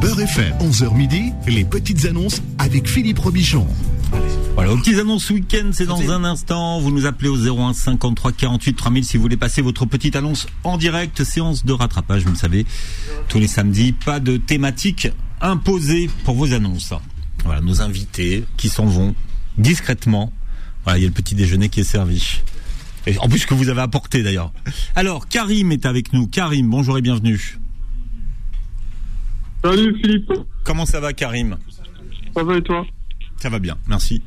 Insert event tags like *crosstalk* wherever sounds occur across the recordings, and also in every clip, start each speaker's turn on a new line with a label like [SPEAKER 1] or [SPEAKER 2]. [SPEAKER 1] Beurre FM, 11h midi, les petites annonces avec Philippe Robichon.
[SPEAKER 2] Voilà, aux petites annonces week-end, c'est dans un instant. Vous nous appelez au 01 53 48 3000 si vous voulez passer votre petite annonce en direct. Séance de rattrapage, vous le savez, tous les samedis. Pas de thématique imposée pour vos annonces. Voilà, nos invités qui s'en vont discrètement. Voilà, il y a le petit déjeuner qui est servi. Et en plus, que vous avez apporté d'ailleurs. Alors, Karim est avec nous. Karim, bonjour et bienvenue.
[SPEAKER 3] Salut Philippe,
[SPEAKER 2] Comment ça va, Karim
[SPEAKER 3] ça va et toi
[SPEAKER 2] Ça va bien, merci.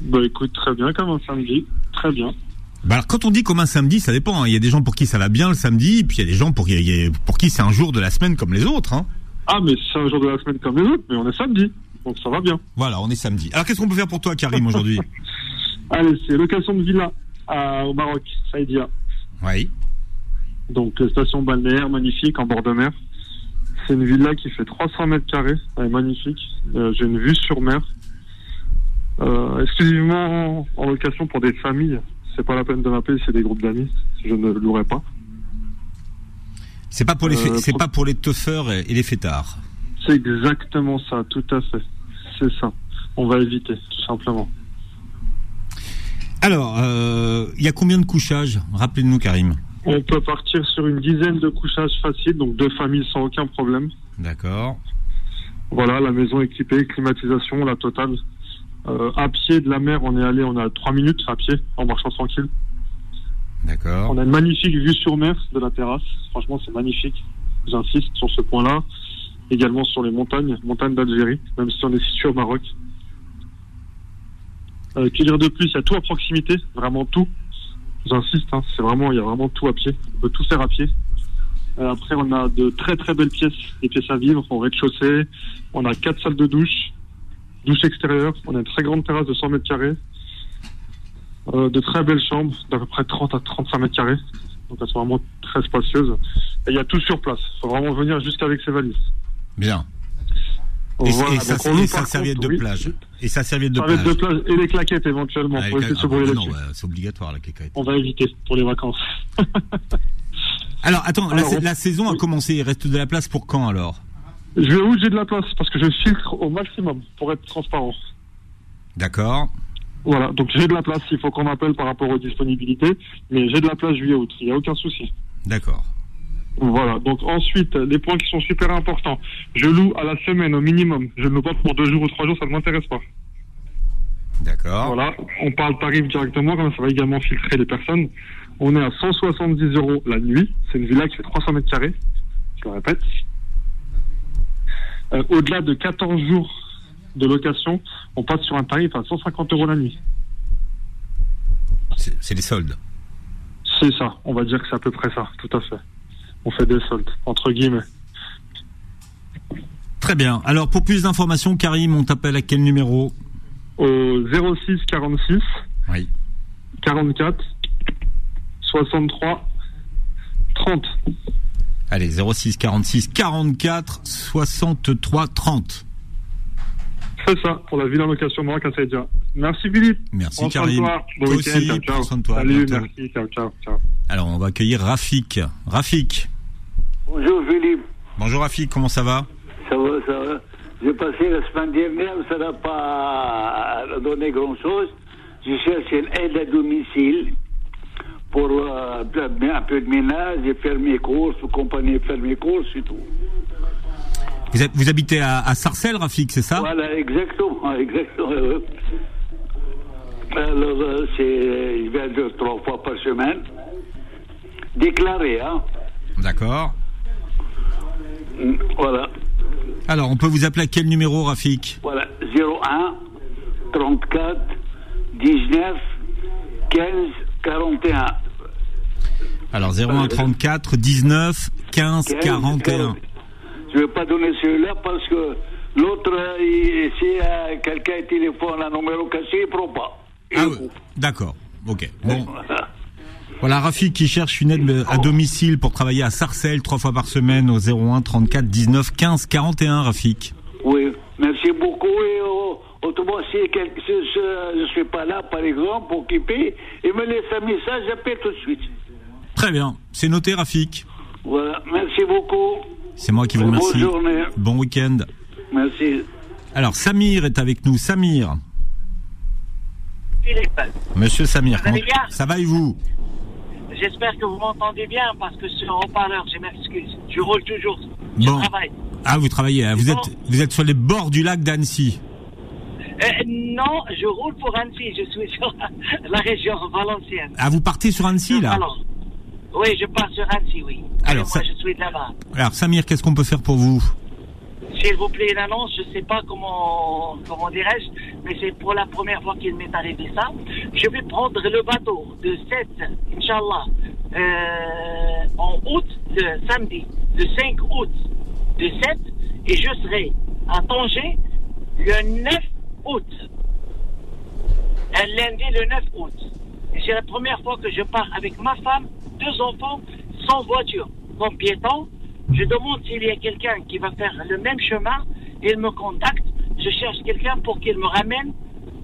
[SPEAKER 3] Bah écoute, très bien comme un samedi, très bien.
[SPEAKER 2] Bah alors quand on dit comme un samedi, ça dépend. hein. Il y a des gens pour qui ça va bien le samedi, et puis il y a des gens pour qui, il y a- pour qui c'est un jour de la semaine comme les autres. hein.
[SPEAKER 3] Ah mais c'est un jour de la semaine comme les autres, mais on est samedi, donc ça va bien.
[SPEAKER 2] Voilà, on est samedi. Alors qu'est-ce qu'on peut faire pour
[SPEAKER 3] *laughs*
[SPEAKER 2] toi, Karim, aujourd'hui
[SPEAKER 3] Allez, c'est location de villa à- au Maroc, Saïdia.
[SPEAKER 2] Oui.
[SPEAKER 3] Donc euh, station balnéaire magnifique en bord de mer. C'est une villa qui fait 300 mètres carrés, elle est magnifique. Euh, J'ai une vue sur mer. Euh, exclusivement en location pour des familles. C'est pas la peine de m'appeler, c'est des groupes d'amis. Je ne louerai pas.
[SPEAKER 2] C'est pas pour les, fê-
[SPEAKER 3] Euh,
[SPEAKER 2] c'est
[SPEAKER 3] pro-
[SPEAKER 2] pas pour les teufeurs et, et les fêtards.
[SPEAKER 3] C'est exactement ça, tout à fait. C'est ça. On va éviter, tout simplement.
[SPEAKER 2] Alors, euh, il y a combien de couchages Rappelez-nous, Karim.
[SPEAKER 3] On peut partir sur une dizaine de couchages faciles, donc deux familles sans aucun problème.
[SPEAKER 2] D'accord.
[SPEAKER 3] Voilà, la maison équipée, climatisation, la totale. Euh, à pied de la mer, on est allé, on a trois minutes à pied, en marchant tranquille.
[SPEAKER 2] D'accord.
[SPEAKER 3] On a une magnifique vue sur mer de la terrasse. Franchement, c'est magnifique. J'insiste sur ce point-là. Également sur les montagnes, montagnes d'Algérie, même si on est situé au Maroc. Euh, que dire de plus Il y a tout à proximité, vraiment tout. J'insiste, hein, c'est vraiment, il y a vraiment tout à pied. On peut tout faire à pied. Euh, après, on a de très très belles pièces, des pièces à vivre au rez-de-chaussée. On a quatre salles de douche, douche extérieure. On a une très grande terrasse de 100 mètres carrés. Euh, de très belles chambres, d'à peu près 30 à 35 mètres carrés. Donc elles sont vraiment très spacieuses. Et il y a tout sur place. faut vraiment venir jusqu'avec ses valises.
[SPEAKER 2] Bien. Et,
[SPEAKER 3] Voilà,
[SPEAKER 2] et ça,
[SPEAKER 3] donc on loue
[SPEAKER 2] et sa
[SPEAKER 3] par
[SPEAKER 2] serviette
[SPEAKER 3] contre,
[SPEAKER 2] de
[SPEAKER 3] oui,
[SPEAKER 2] plage. Et sa serviette de
[SPEAKER 3] serviette
[SPEAKER 2] plage.
[SPEAKER 3] de plage et les claquettes éventuellement.
[SPEAKER 2] Avec
[SPEAKER 3] pour
[SPEAKER 2] la-
[SPEAKER 3] essayer de se
[SPEAKER 2] ah,
[SPEAKER 3] brûler
[SPEAKER 2] non,
[SPEAKER 3] là-dessus.
[SPEAKER 2] ouais, c'est obligatoire la cliquette.
[SPEAKER 3] On va éviter pour les vacances.
[SPEAKER 2] Alors, attends, la,
[SPEAKER 3] Alors,
[SPEAKER 2] sa-
[SPEAKER 3] on-
[SPEAKER 2] la saison a
[SPEAKER 3] oui.
[SPEAKER 2] commencé. Il reste de la place pour quand alors
[SPEAKER 3] Je vais où j'ai de la place parce que je filtre au maximum pour être transparent.
[SPEAKER 2] D'accord.
[SPEAKER 3] Voilà, donc j'ai de la place, il faut qu'on m'appelle par rapport aux disponibilités, mais j'ai de la place juillet-août, il n'y a aucun souci.
[SPEAKER 2] D'accord.
[SPEAKER 3] Voilà, donc ensuite, les points qui sont super importants. Je loue à la semaine au minimum. Je ne loue pas pour deux jours ou trois jours, ça ne m'intéresse pas.
[SPEAKER 2] D'accord.
[SPEAKER 3] Voilà, on parle tarif directement, comme ça va également filtrer les personnes. On est à 170 euros la nuit. C'est une villa qui fait 300 mètres carrés, je le répète. Euh, Au-delà de 14 jours de location, on passe sur un tarif à 150 euros la nuit.
[SPEAKER 2] C'est c'est les soldes.
[SPEAKER 3] C'est ça, on va dire que c'est à peu près ça, tout à fait. On fait des soldes, entre guillemets.
[SPEAKER 2] Très bien. Alors, pour plus d'informations, Karim, on t'appelle à quel numéro
[SPEAKER 3] Au 06 46
[SPEAKER 2] Oui.
[SPEAKER 3] 44 63 30.
[SPEAKER 2] Allez, 06 46 44 63 30.
[SPEAKER 3] C'est ça, pour la ville en location Maroc à Saïdia. Merci Philippe.
[SPEAKER 2] Merci,
[SPEAKER 3] Prends soin de
[SPEAKER 2] Karim.
[SPEAKER 3] toi. Bon
[SPEAKER 2] Toi
[SPEAKER 3] week-end.
[SPEAKER 2] aussi,
[SPEAKER 3] Ciao,
[SPEAKER 2] prends
[SPEAKER 3] ciao.
[SPEAKER 2] soin de toi. À
[SPEAKER 3] Salut,
[SPEAKER 2] bientôt.
[SPEAKER 3] merci. Ciao, ciao, ciao.
[SPEAKER 2] Alors, on va accueillir Rafik. Rafik.
[SPEAKER 4] Bonjour Philippe,
[SPEAKER 2] Bonjour Rafik, comment ça va
[SPEAKER 4] ça va, ça va. J'ai passé la semaine dernière, ça n'a pas donné grand-chose. Je cherche une aide à domicile pour euh, un peu de ménage et faire mes courses, compagnie faire mes courses et tout.
[SPEAKER 2] vous, hab- vous habitez à, à Sarcelles, Rafik, c'est ça
[SPEAKER 4] Voilà, exactement, *laughs* exactement. euh. Alors, euh, c'est, je vais deux, trois fois par semaine. Déclaré, hein.
[SPEAKER 2] D'accord.
[SPEAKER 4] Mm, Voilà,
[SPEAKER 2] Alors, on peut vous appeler à quel numéro, Rafik
[SPEAKER 4] voilà. 01 34 19 15 41.
[SPEAKER 2] Alors,
[SPEAKER 4] Euh,
[SPEAKER 2] 01 34 19 15
[SPEAKER 4] 15,
[SPEAKER 2] 41.
[SPEAKER 4] 41. Je ne vais pas donner celui-là parce que l'autre, euh, il- si euh, quelqu'un téléphone un numéro caché, il ne prend pas.
[SPEAKER 2] Ah oui, d'accord. Ok. Bon. Voilà Rafik qui cherche une aide euh, à domicile pour travailler à Sarcelles trois fois par semaine au 01 34 19 15 41 Rafik.
[SPEAKER 4] Oui, merci beaucoup. Et euh, autrement, si, quel- si je ne suis pas là, par exemple, occupé, il me laisse un message, j'appelle tout de suite.
[SPEAKER 2] Très bien, c'est noté Rafik.
[SPEAKER 4] Voilà, merci beaucoup.
[SPEAKER 2] C'est moi qui vous remercie.
[SPEAKER 4] Bonne journée.
[SPEAKER 2] Bon week-end.
[SPEAKER 4] Merci.
[SPEAKER 2] Alors, Samir est avec nous. Samir.
[SPEAKER 5] Il est pas-
[SPEAKER 2] Monsieur Samir,
[SPEAKER 5] Vous allez
[SPEAKER 2] comment-
[SPEAKER 5] bien
[SPEAKER 2] ça va et vous
[SPEAKER 5] J'espère que vous m'entendez bien parce que sur haut-parleur, je m'excuse. Je roule toujours. Je
[SPEAKER 2] Bon.
[SPEAKER 5] travaille.
[SPEAKER 2] Ah, vous travaillez. hein. Vous
[SPEAKER 5] Non.
[SPEAKER 2] êtes, vous êtes sur les bords du lac d'Annecy.
[SPEAKER 5] Euh, non, je roule pour Annecy. Je suis sur *laughs* la région valencienne.
[SPEAKER 2] Ah, vous partez sur Annecy, là
[SPEAKER 5] Alors, oui, je pars sur Annecy, oui.
[SPEAKER 2] Alors,
[SPEAKER 5] Et
[SPEAKER 2] ça-
[SPEAKER 5] moi, je suis de là-bas.
[SPEAKER 2] Alors, Samir, qu'est-ce qu'on peut faire pour vous
[SPEAKER 5] S'il vous plaît, l'annonce, je ne sais pas comment, comment dirais-je, mais c'est pour la première fois qu'il m'est arrivé ça. Je vais prendre le bateau de 7, Inch'Allah, euh, en août, le samedi, le 5 août de 7, et je serai à Tanger le 9 août. Un lundi le 9 août. Et c'est la première fois que je pars avec ma femme, deux enfants, sans voiture, comme piéton. Je demande s'il y a quelqu'un qui va faire le même chemin. Il me contacte. Je cherche quelqu'un pour qu'il me ramène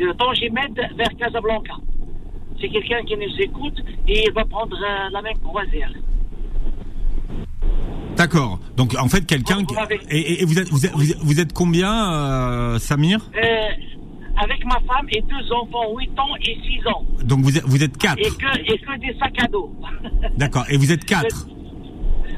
[SPEAKER 5] de Tangimed vers Casablanca. C'est quelqu'un qui nous écoute et il va prendre euh, la même croisière.
[SPEAKER 2] D'accord. Donc, en fait, quelqu'un.
[SPEAKER 5] Vous m'avez-
[SPEAKER 2] Et, et- et vous, êtes, vous, êtes, vous êtes- vous êtes combien, euh, Samir
[SPEAKER 5] Euh, avec ma femme et deux enfants, 8 ans et 6 ans.
[SPEAKER 2] Donc, vous êtes, vous êtes quatre.
[SPEAKER 5] Et que, et que des sacs à dos. *laughs*
[SPEAKER 2] D'accord. Et vous êtes quatre.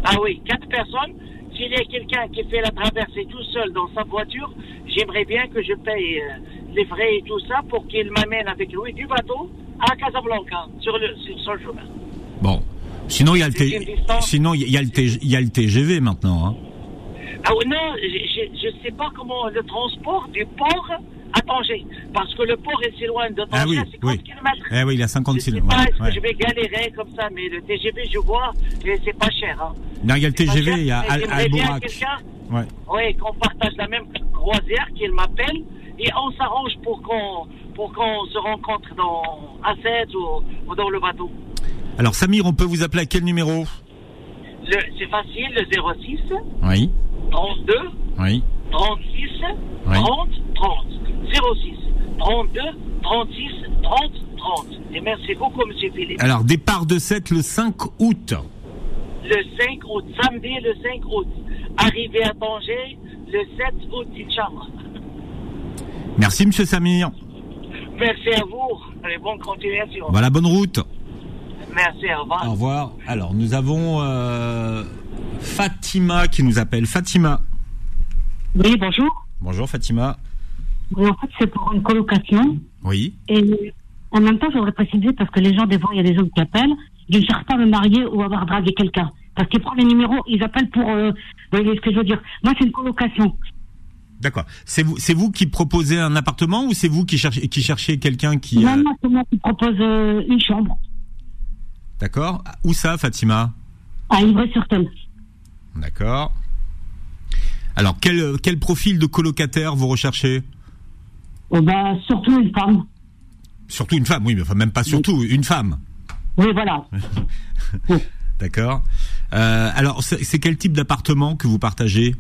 [SPEAKER 5] Ah oui, quatre personnes. S'il y a quelqu'un qui fait la traversée tout seul dans sa voiture, j'aimerais bien que je paye euh, les frais et tout ça pour qu'il m'amène avec lui du bateau à Casablanca, sur le, sur sur le chemin.
[SPEAKER 2] Bon. Sinon, il y a le,
[SPEAKER 5] C'est
[SPEAKER 2] T-
[SPEAKER 5] une distance.
[SPEAKER 2] Sinon, il y a le, T- il y a le TGV maintenant. hein.
[SPEAKER 5] Ah oui, non, je ne sais pas comment le transport du port à Tanger, parce que le port est si loin de Tanger,
[SPEAKER 2] Ah oui,
[SPEAKER 5] à 50
[SPEAKER 2] oui.
[SPEAKER 5] kilomètres.
[SPEAKER 2] Eh oui, il a 50
[SPEAKER 5] Je sais
[SPEAKER 2] kilomètres.
[SPEAKER 5] pas, est-ce
[SPEAKER 2] Ouais.
[SPEAKER 5] que je vais galérer comme ça, mais le TGV, je vois, et c'est pas cher. Hein.
[SPEAKER 2] Non, il y a le
[SPEAKER 5] C'est pas
[SPEAKER 2] TGV,
[SPEAKER 5] cher,
[SPEAKER 2] il y a
[SPEAKER 5] mais
[SPEAKER 2] Al-
[SPEAKER 5] j'aimerais bien
[SPEAKER 2] Alborak.
[SPEAKER 5] quelqu'un
[SPEAKER 2] Ouais.
[SPEAKER 5] Oui, qu'on partage la même croisière, qu'il m'appelle, et on s'arrange pour qu'on pour qu'on se rencontre dans A7 ou, ou dans le bateau.
[SPEAKER 2] Alors, Samir, on peut vous appeler à quel numéro
[SPEAKER 5] Le- C'est facile, le 06
[SPEAKER 2] Oui,
[SPEAKER 5] 32
[SPEAKER 2] oui.
[SPEAKER 5] 36
[SPEAKER 2] Oui.
[SPEAKER 5] 30 30 06 32 36 30 30. Et merci beaucoup, Monsieur Philippe.
[SPEAKER 2] Alors, départ de 7 le 5 août.
[SPEAKER 5] Le 5 août, samedi le 5 août, arrivé à Tanger le 7 août, Inch'Allah.
[SPEAKER 2] Merci, monsieur Samir.
[SPEAKER 5] Merci à vous, et bonne continuation.
[SPEAKER 2] Voilà, bonne route.
[SPEAKER 5] Merci, au revoir.
[SPEAKER 2] Au revoir. Alors, nous avons euh, Fatima qui nous appelle. Fatima.
[SPEAKER 6] Oui, bonjour.
[SPEAKER 2] Bonjour, Fatima.
[SPEAKER 6] En fait, c'est pour une colocation.
[SPEAKER 2] Oui.
[SPEAKER 6] Et en même temps, je voudrais préciser, parce que les gens, des fois, il y a des gens qui appellent, je ne cherche pas à me marier ou avoir dragué quelqu'un. Parce qu'ils prennent les numéros, ils appellent pour... euh, vous voyez ce que je veux dire Moi, c'est une colocation.
[SPEAKER 2] D'accord. C'est vous, c'est vous qui proposez un appartement ou c'est vous qui cherchez, qui cherchez quelqu'un qui. euh,
[SPEAKER 6] Même moi, c'est moi qui propose euh, une chambre
[SPEAKER 2] D'accord. Où ça, Fatima
[SPEAKER 6] à Ivry-sur-Seine.
[SPEAKER 2] D'accord. Alors, quel, quel profil de colocataire vous recherchez
[SPEAKER 6] Oh, bah, surtout une femme.
[SPEAKER 2] Surtout une femme, oui, mais enfin, même pas surtout, une femme.
[SPEAKER 6] Oui, voilà.
[SPEAKER 2] *laughs* D'accord. Euh, alors, c'est c'est quel type d'appartement que vous partagez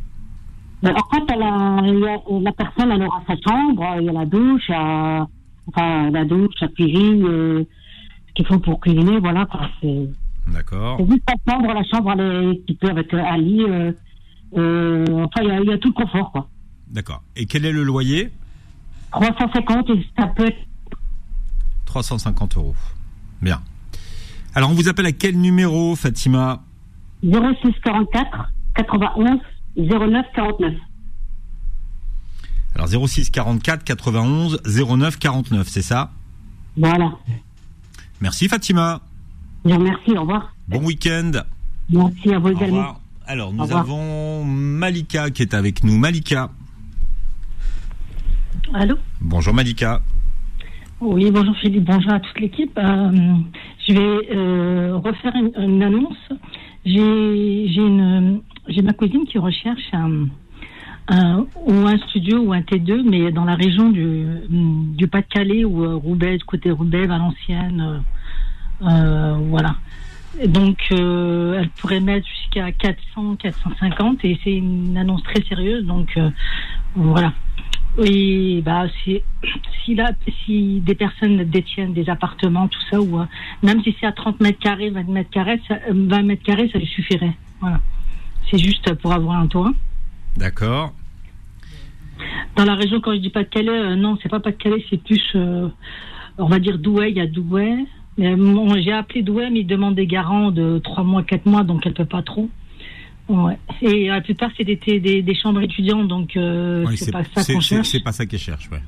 [SPEAKER 6] Mais en fait, elle a- il y a- euh, la personne, elle aura sa chambre, il y a la douche, il y a- enfin, la douche, la cuisine, euh, ce qu'il faut pour cuisiner, voilà, quoi. C'est...
[SPEAKER 2] D'accord.
[SPEAKER 6] C'est juste la chambre, la chambre elle est équipée avec euh, un lit. euh, euh, enfin, il y a- il y, a tout le confort, quoi.
[SPEAKER 2] D'accord. Et quel est le loyer
[SPEAKER 6] 350 et ça peut être
[SPEAKER 2] 350 euros. Bien. Alors, on vous appelle à quel numéro, Fatima
[SPEAKER 6] 0644 91 09 49.
[SPEAKER 2] Alors, 06 44 91 09 49, c'est ça
[SPEAKER 6] Voilà.
[SPEAKER 2] Merci, Fatima.
[SPEAKER 6] Je vous remercie, au revoir.
[SPEAKER 2] Bon week-end.
[SPEAKER 6] Merci à vous
[SPEAKER 2] Au
[SPEAKER 6] également.
[SPEAKER 2] revoir. Alors, nous
[SPEAKER 6] Au revoir.
[SPEAKER 2] avons Malika qui est avec nous. Malika.
[SPEAKER 7] Allô
[SPEAKER 2] Bonjour, Malika.
[SPEAKER 7] Oui, bonjour Philippe, bonjour à toute l'équipe. Euh, je vais euh, refaire une, une annonce. J'ai j'ai une- j'ai ma cousine qui recherche un, un- ou un studio ou un T2, mais dans la région du, du Pas-de-Calais ou euh, Roubaix, du côté Roubaix, Valenciennes, euh, euh, voilà. Et Donc, euh, elle pourrait mettre jusqu'à 400, 450 et c'est une annonce très sérieuse, donc euh, voilà. Oui, bah si si là si des personnes détiennent des appartements tout ça ou euh, même si c'est à 30 mètres carrés, 20 mètres carrés, ça, euh, 20 mètres carrés ça lui suffirait. Voilà. c'est juste pour avoir un toit.
[SPEAKER 2] D'accord.
[SPEAKER 7] Dans la région, quand je dis Pas-de-Calais, euh, non, c'est pas Pas-de-Calais, c'est plus, euh, on va dire Douai, il y a Douai. Mais bon, j'ai appelé Douai, mais ils demandent des garants de 3 mois, 4 mois, donc elle peut pas trop. Ouais. Et la plupart, c'est des, des, des chambres étudiantes, donc euh,
[SPEAKER 2] Oui,
[SPEAKER 7] c'est pas ça qu'on cherche.
[SPEAKER 2] c'est pas ça qu'elle cherche, ouais.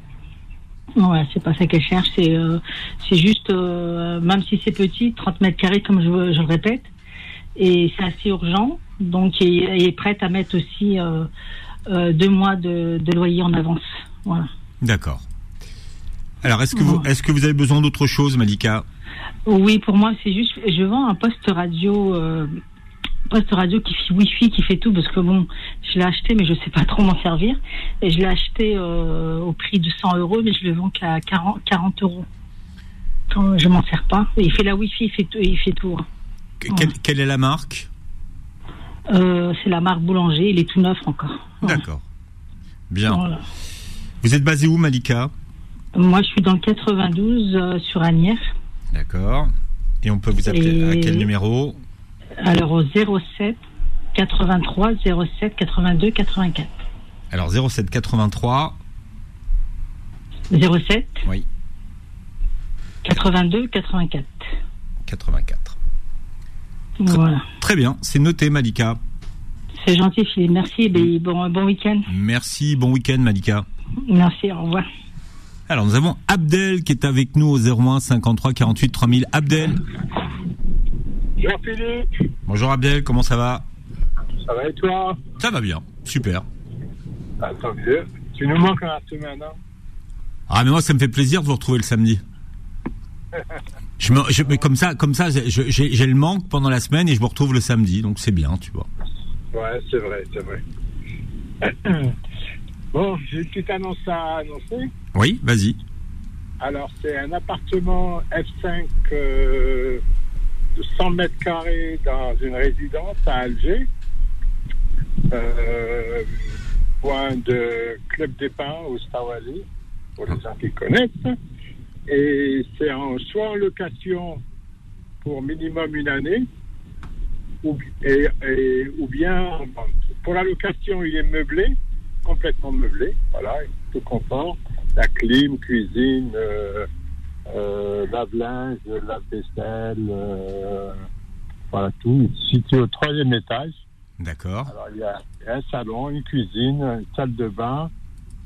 [SPEAKER 7] Ouais, c'est pas ça qu'elle cherche. C'est euh, c'est juste, euh, même si c'est petit, 30 mètres carrés, comme je, je le répète. Et c'est assez urgent. Donc, et- et est prête à mettre aussi euh, euh, deux mois de, de loyer en avance. Voilà.
[SPEAKER 2] D'accord. Alors, est-ce que, vous, est-ce que vous avez besoin d'autre chose, Malika
[SPEAKER 7] Oui, pour moi, c'est juste, je vends un poste radio, euh, poste radio qui fait Wi-Fi, qui fait tout, parce que bon, je l'ai acheté, mais je sais pas trop m'en servir. Et je l'ai acheté euh, au prix de 100 euros, mais je le vends qu'à 40, 40 euros. Quand je m'en sers pas. Et il fait la Wi-Fi, il fait tout. Il fait tout hein.
[SPEAKER 2] Que- quelle, quelle est la marque
[SPEAKER 7] Euh, c'est la marque Boulanger, il est tout neuf encore.
[SPEAKER 2] D'accord. Bien.
[SPEAKER 7] Ah. Voilà.
[SPEAKER 2] Vous êtes basé où, Malika
[SPEAKER 7] Moi, je suis dans le 92 euh, sur Agnières.
[SPEAKER 2] D'accord. Et on peut vous appeler à
[SPEAKER 7] Et-
[SPEAKER 2] quel numéro
[SPEAKER 7] Alors au 07 83 07 82 84.
[SPEAKER 2] Alors, 07 83.
[SPEAKER 7] 07
[SPEAKER 2] Oui.
[SPEAKER 7] 82 84.
[SPEAKER 2] 84.
[SPEAKER 7] Voilà.
[SPEAKER 2] Très bien, c'est noté, Malika.
[SPEAKER 7] C'est gentil, Philippe. Merci. Ben, bon, bon week-end.
[SPEAKER 2] Merci, bon week-end, Malika.
[SPEAKER 7] Merci. Au revoir.
[SPEAKER 2] Alors, nous avons Abdel qui est avec nous au 01 53 48 3000. Abdel.
[SPEAKER 8] Jean-Philippe,
[SPEAKER 2] Bonjour, Abdel, comment ça va
[SPEAKER 8] ça va et toi
[SPEAKER 2] Ça va bien, super.
[SPEAKER 8] Ah, Tant mieux. Tu nous manques dans la semaine, hein
[SPEAKER 2] Ah, mais moi, ça me fait plaisir de vous retrouver le samedi. Je me, je- mais comme ça, comme ça, je- je- j'ai j'ai le manque pendant la semaine et je me retrouve le samedi, donc c'est bien, tu vois.
[SPEAKER 8] Ouais, c'est vrai, c'est vrai. *coughs* Bon, j'ai une petite annonce à annoncer.
[SPEAKER 2] Oui, vas-y.
[SPEAKER 8] Alors, c'est un appartement F5 euh, de 100 mètres carrés dans une résidence à Alger, euh, point de Club des Pins au Stawali, pour les gens qui connaissent. Et c'est en soit en location pour minimum une année, ou, et- et- ou bien en vente. Pour la location, il est meublé, complètement meublé, voilà, tout confort la clim, cuisine, euh, euh, lave-linge, lave-vaisselle, euh, voilà tout. Situé au troisième étage.
[SPEAKER 2] D'accord.
[SPEAKER 8] Alors il y a un salon, une cuisine, une salle de bain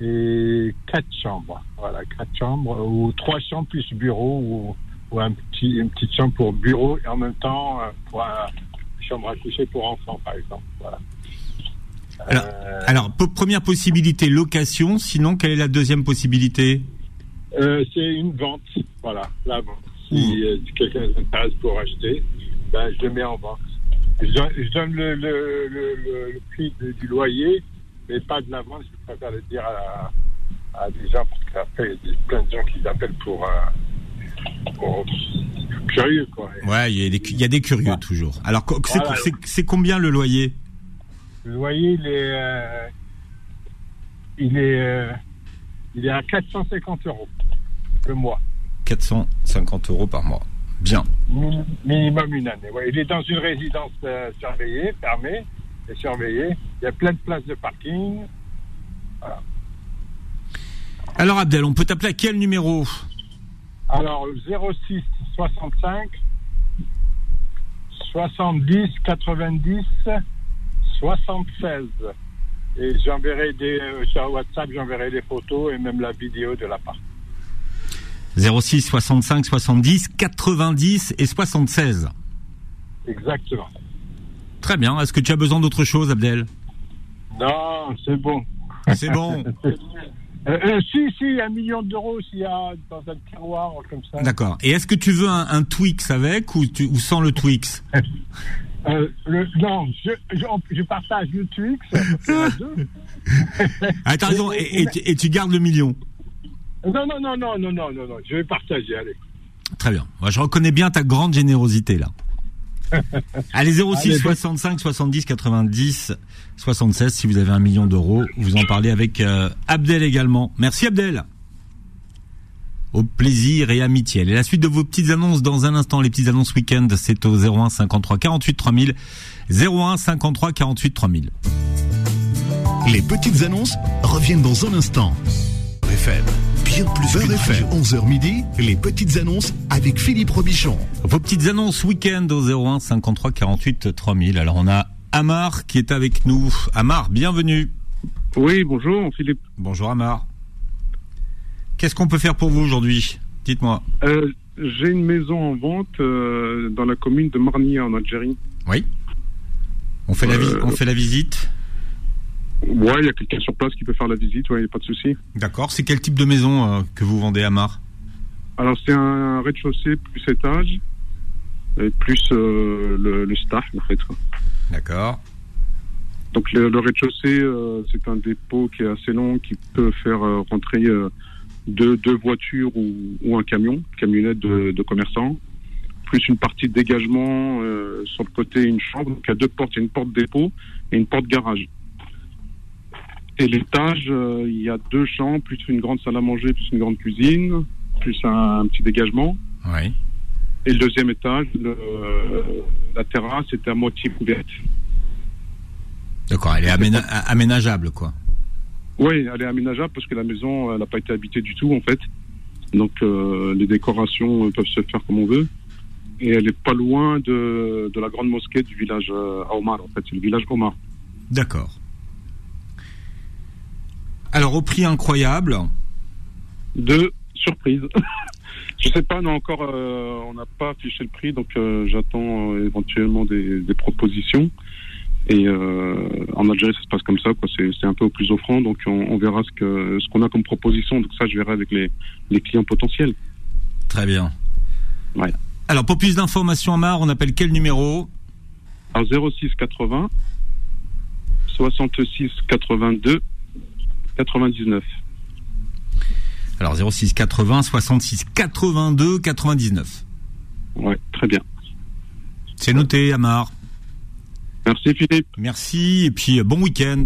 [SPEAKER 8] et quatre chambres. Voilà, quatre chambres ou trois chambres plus bureau ou, ou un petit, une petite chambre pour bureau et en même temps euh, pour un- une chambre à coucher pour enfants par exemple. Voilà.
[SPEAKER 2] Alors, alors, po- première possibilité, location. Sinon, quelle est la deuxième possibilité
[SPEAKER 8] Euh, c'est une vente, voilà, la vente. Si euh, quelqu'un s'intéresse pour acheter, ben, je le mets en vente. Je donne, je donne le, le- le- le- le prix de- du loyer, mais pas de la vente. Je préfère le dire à, à des gens, parce qu'après, il y a des- plein de gens qui appellent pour, euh, pour- curieux, quoi.
[SPEAKER 2] Ouais, il y, a des cu- il y a des curieux toujours. Alors, co- c'est
[SPEAKER 8] Voilà.
[SPEAKER 2] c'est- c'est combien le loyer
[SPEAKER 8] Le loyer, il est, euh, il est, euh, il est à 450 euros le mois.
[SPEAKER 2] 450 euros par mois. Bien.
[SPEAKER 8] Min- Minimum une année. Ouais, il est dans une résidence euh, surveillée, fermée et surveillée. Il y a plein de places de parking.
[SPEAKER 2] Alors, Abdel, on peut t'appeler à quel numéro
[SPEAKER 8] Alors, 06 65 70 90 76. Et j'enverrai des. euh, sur WhatsApp, j'enverrai les photos et même la vidéo de l'appart.
[SPEAKER 2] 06 65 70 90 et 76.
[SPEAKER 8] Exactement.
[SPEAKER 2] Très bien. Est-ce que tu as besoin d'autre chose, Abdel
[SPEAKER 8] Non, c'est bon.
[SPEAKER 2] C'est bon.
[SPEAKER 8] *laughs* Euh, euh, si, si, un million d'euros s'il y a dans un tiroir comme ça.
[SPEAKER 2] D'accord. Et est-ce que tu veux un, un Twix avec ou, tu- ou sans le Twix
[SPEAKER 8] Euh, le, non, je, je, je partage le Twix.
[SPEAKER 2] *laughs* Ah, t'as raison. Et, et tu- et tu gardes le million.
[SPEAKER 8] Non, non, non, non, non, non, non, non, je vais partager, allez.
[SPEAKER 2] Très bien. Moi, je reconnais bien ta grande générosité là. Allez 06
[SPEAKER 8] Allez,
[SPEAKER 2] 65 70 90 76 si vous avez un million d'euros, vous en parlez avec euh, Abdel également. Merci Abdel. au plaisir et à Mitiel. Et la suite de vos petites annonces dans un instant, les petites annonces week-end, c'est au 01 53 48 3000. 01 53 48 3000.
[SPEAKER 1] Les petites annonces reviennent dans un instant. FM. Bien plus Beurre FM. 11h midi, les petites annonces avec Philippe Robichon.
[SPEAKER 2] Vos petites annonces week-end au 01 53 48 3000. Alors on a Amar qui est avec nous. Amar, bienvenue.
[SPEAKER 9] Oui, bonjour Philippe.
[SPEAKER 2] Bonjour Amar. Qu'est-ce qu'on peut faire pour vous aujourd'hui Dites-moi.
[SPEAKER 9] Euh, J'ai une maison en vente euh, dans la commune de Marnia en Algérie.
[SPEAKER 2] Oui. On fait, la, vi-
[SPEAKER 9] Euh,
[SPEAKER 2] on fait la visite.
[SPEAKER 9] Ouais, il y a quelqu'un sur place qui peut faire la visite, ouais, il n'y a pas de souci.
[SPEAKER 2] D'accord. C'est quel type de maison euh, que vous vendez, Amar
[SPEAKER 9] Alors c'est un rez-de-chaussée plus étage et plus euh, le, le staff en fait. quoi.
[SPEAKER 2] D'accord.
[SPEAKER 9] Donc le, le rez-de-chaussée euh, c'est un dépôt qui est assez long qui peut faire euh, rentrer euh, deux, deux voitures ou, ou un camion, camionnette de, de commerçants, plus une partie de dégagement euh, sur le côté une chambre. Donc il y a deux portes, il y a une porte dépôt et une porte garage. Et l'étage, euh, il y a deux chambres, plus une grande salle à manger, plus une grande cuisine, plus un- un petit dégagement.
[SPEAKER 2] Oui.
[SPEAKER 9] Et le deuxième étage, le- euh, la terrasse était à moitié couverte.
[SPEAKER 2] D'accord. Elle est aména- a- aménageable, quoi.
[SPEAKER 9] Oui, elle est aménageable parce que la maison, elle n'a pas été habitée du tout, en fait. Donc, euh, les décorations euh, peuvent se faire comme on veut. Et elle est pas loin de, de la grande mosquée du village euh, à Omar, en fait. C'est le village Omar.
[SPEAKER 2] D'accord. Alors, au prix hein. incroyable.
[SPEAKER 9] De surprise. *laughs* Je sais pas, non, encore, euh, on n'a pas affiché le prix, donc euh, j'attends euh, éventuellement des, des propositions. Et euh, en Algérie, ça se passe comme ça, quoi. C'est, c'est un peu au plus offrant, donc on, on verra ce, que, ce qu'on a comme proposition. Donc ça, je verrai avec les, les clients potentiels.
[SPEAKER 2] Très bien.
[SPEAKER 9] Ouais.
[SPEAKER 2] Alors, pour plus d'informations, Amar, on appelle quel numéro
[SPEAKER 9] Alors 06 80 66 82 99.
[SPEAKER 2] Alors, 06 80 66 82 99.
[SPEAKER 9] Ouais, très bien.
[SPEAKER 2] C'est noté, Amar.
[SPEAKER 9] Merci Philippe.
[SPEAKER 2] Merci, et puis euh, bon week-end.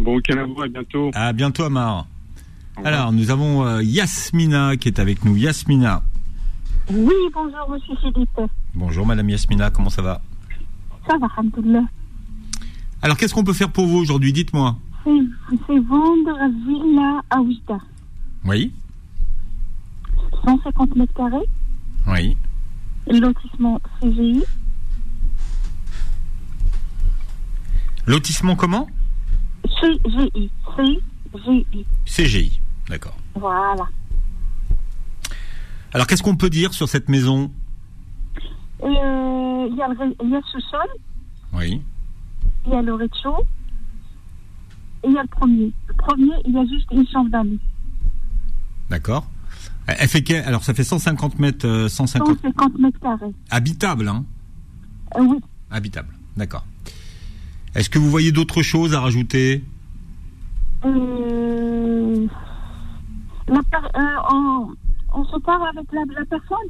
[SPEAKER 9] Bon week-end à vous, à bientôt.
[SPEAKER 2] À bientôt, Amar.
[SPEAKER 9] Au revoir.
[SPEAKER 2] Alors, nous avons euh, Yasmina qui est avec nous. Yasmina.
[SPEAKER 10] Oui, bonjour, monsieur Philippe.
[SPEAKER 2] Bonjour, madame Yasmina, comment ça va
[SPEAKER 10] Ça va, Alhamdoulilah.
[SPEAKER 2] Alors, qu'est-ce qu'on peut faire pour vous aujourd'hui Dites-moi.
[SPEAKER 10] C'est c'est vendre villa à Oujda.
[SPEAKER 2] Oui,
[SPEAKER 10] 150 mètres carrés,
[SPEAKER 2] oui.
[SPEAKER 10] lotissement CGI,
[SPEAKER 2] Lotissement comment
[SPEAKER 10] CGI, CGI.
[SPEAKER 2] CGI. D'accord.
[SPEAKER 10] Voilà.
[SPEAKER 2] Alors, qu'est-ce qu'on peut dire sur cette maison
[SPEAKER 10] Et, euh, Il y a le ré- il y a le sous-sol,
[SPEAKER 2] Oui.
[SPEAKER 10] il y a le rez-de-chaussée, et il y a le premier. Le premier, il y a juste une chambre d'amis.
[SPEAKER 2] D'accord. Elle elle fait que- alors ça fait 150 mètres, euh, 150
[SPEAKER 10] 150 mètres carrés.
[SPEAKER 2] habitable, hein
[SPEAKER 10] Euh, oui.
[SPEAKER 2] Habitable. D'accord. Est-ce que vous voyez d'autres choses à rajouter
[SPEAKER 10] Euh, la per- euh, on, on se parle avec la, la personne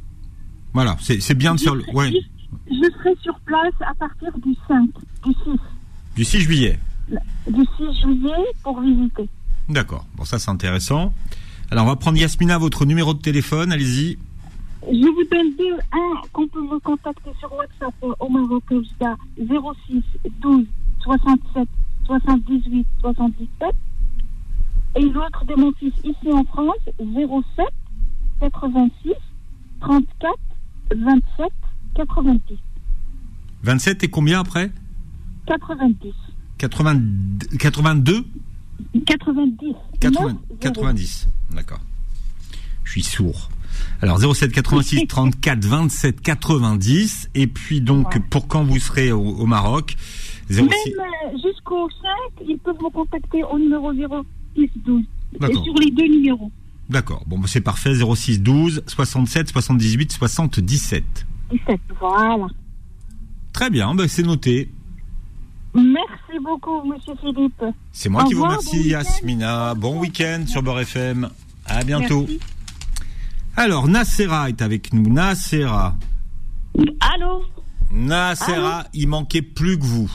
[SPEAKER 2] Voilà, c'est c'est bien de faire le. Ouais,
[SPEAKER 10] Je serai sur place à partir du 5, du 6,
[SPEAKER 2] du 6 juillet.
[SPEAKER 10] du 6 juillet pour visiter.
[SPEAKER 2] D'accord. Bon, ça c'est intéressant. Alors on va prendre Yasmina votre numéro de téléphone. Allez-y.
[SPEAKER 10] Je vous donne deux, un qu'on peut me contacter sur WhatsApp euh, au Maroc Oujda, 06 12 67 78 77 et l'autre de mon fils ici en France 07 86 34 27 90
[SPEAKER 2] 27 et combien après
[SPEAKER 10] 90
[SPEAKER 2] 80, 82
[SPEAKER 10] 90
[SPEAKER 2] 80,
[SPEAKER 10] 9,
[SPEAKER 2] 90. D'accord. Je suis sourd. Alors 07 86 34 27 90 et puis donc pour quand vous serez au, au Maroc 06
[SPEAKER 10] Même euh, jusqu'au 5, ils peuvent me contacter au numéro 0612. Et
[SPEAKER 2] D'accord.
[SPEAKER 10] sur les deux numéros.
[SPEAKER 2] D'accord. Bon bah, c'est parfait 06 12 67 78 77.
[SPEAKER 10] 17, voilà.
[SPEAKER 2] Très bien, bah, c'est noté.
[SPEAKER 10] Merci beaucoup, monsieur Philippe.
[SPEAKER 2] C'est moi
[SPEAKER 10] Au
[SPEAKER 2] qui vous
[SPEAKER 10] revoir,
[SPEAKER 2] remercie
[SPEAKER 10] bon week-end.
[SPEAKER 2] Yasmina. Bon week-end sur Beurre FM. À bientôt.
[SPEAKER 10] Merci.
[SPEAKER 2] Alors Nacera est avec nous. Nacera.
[SPEAKER 11] Allô
[SPEAKER 2] Nacera, il manquait plus que vous.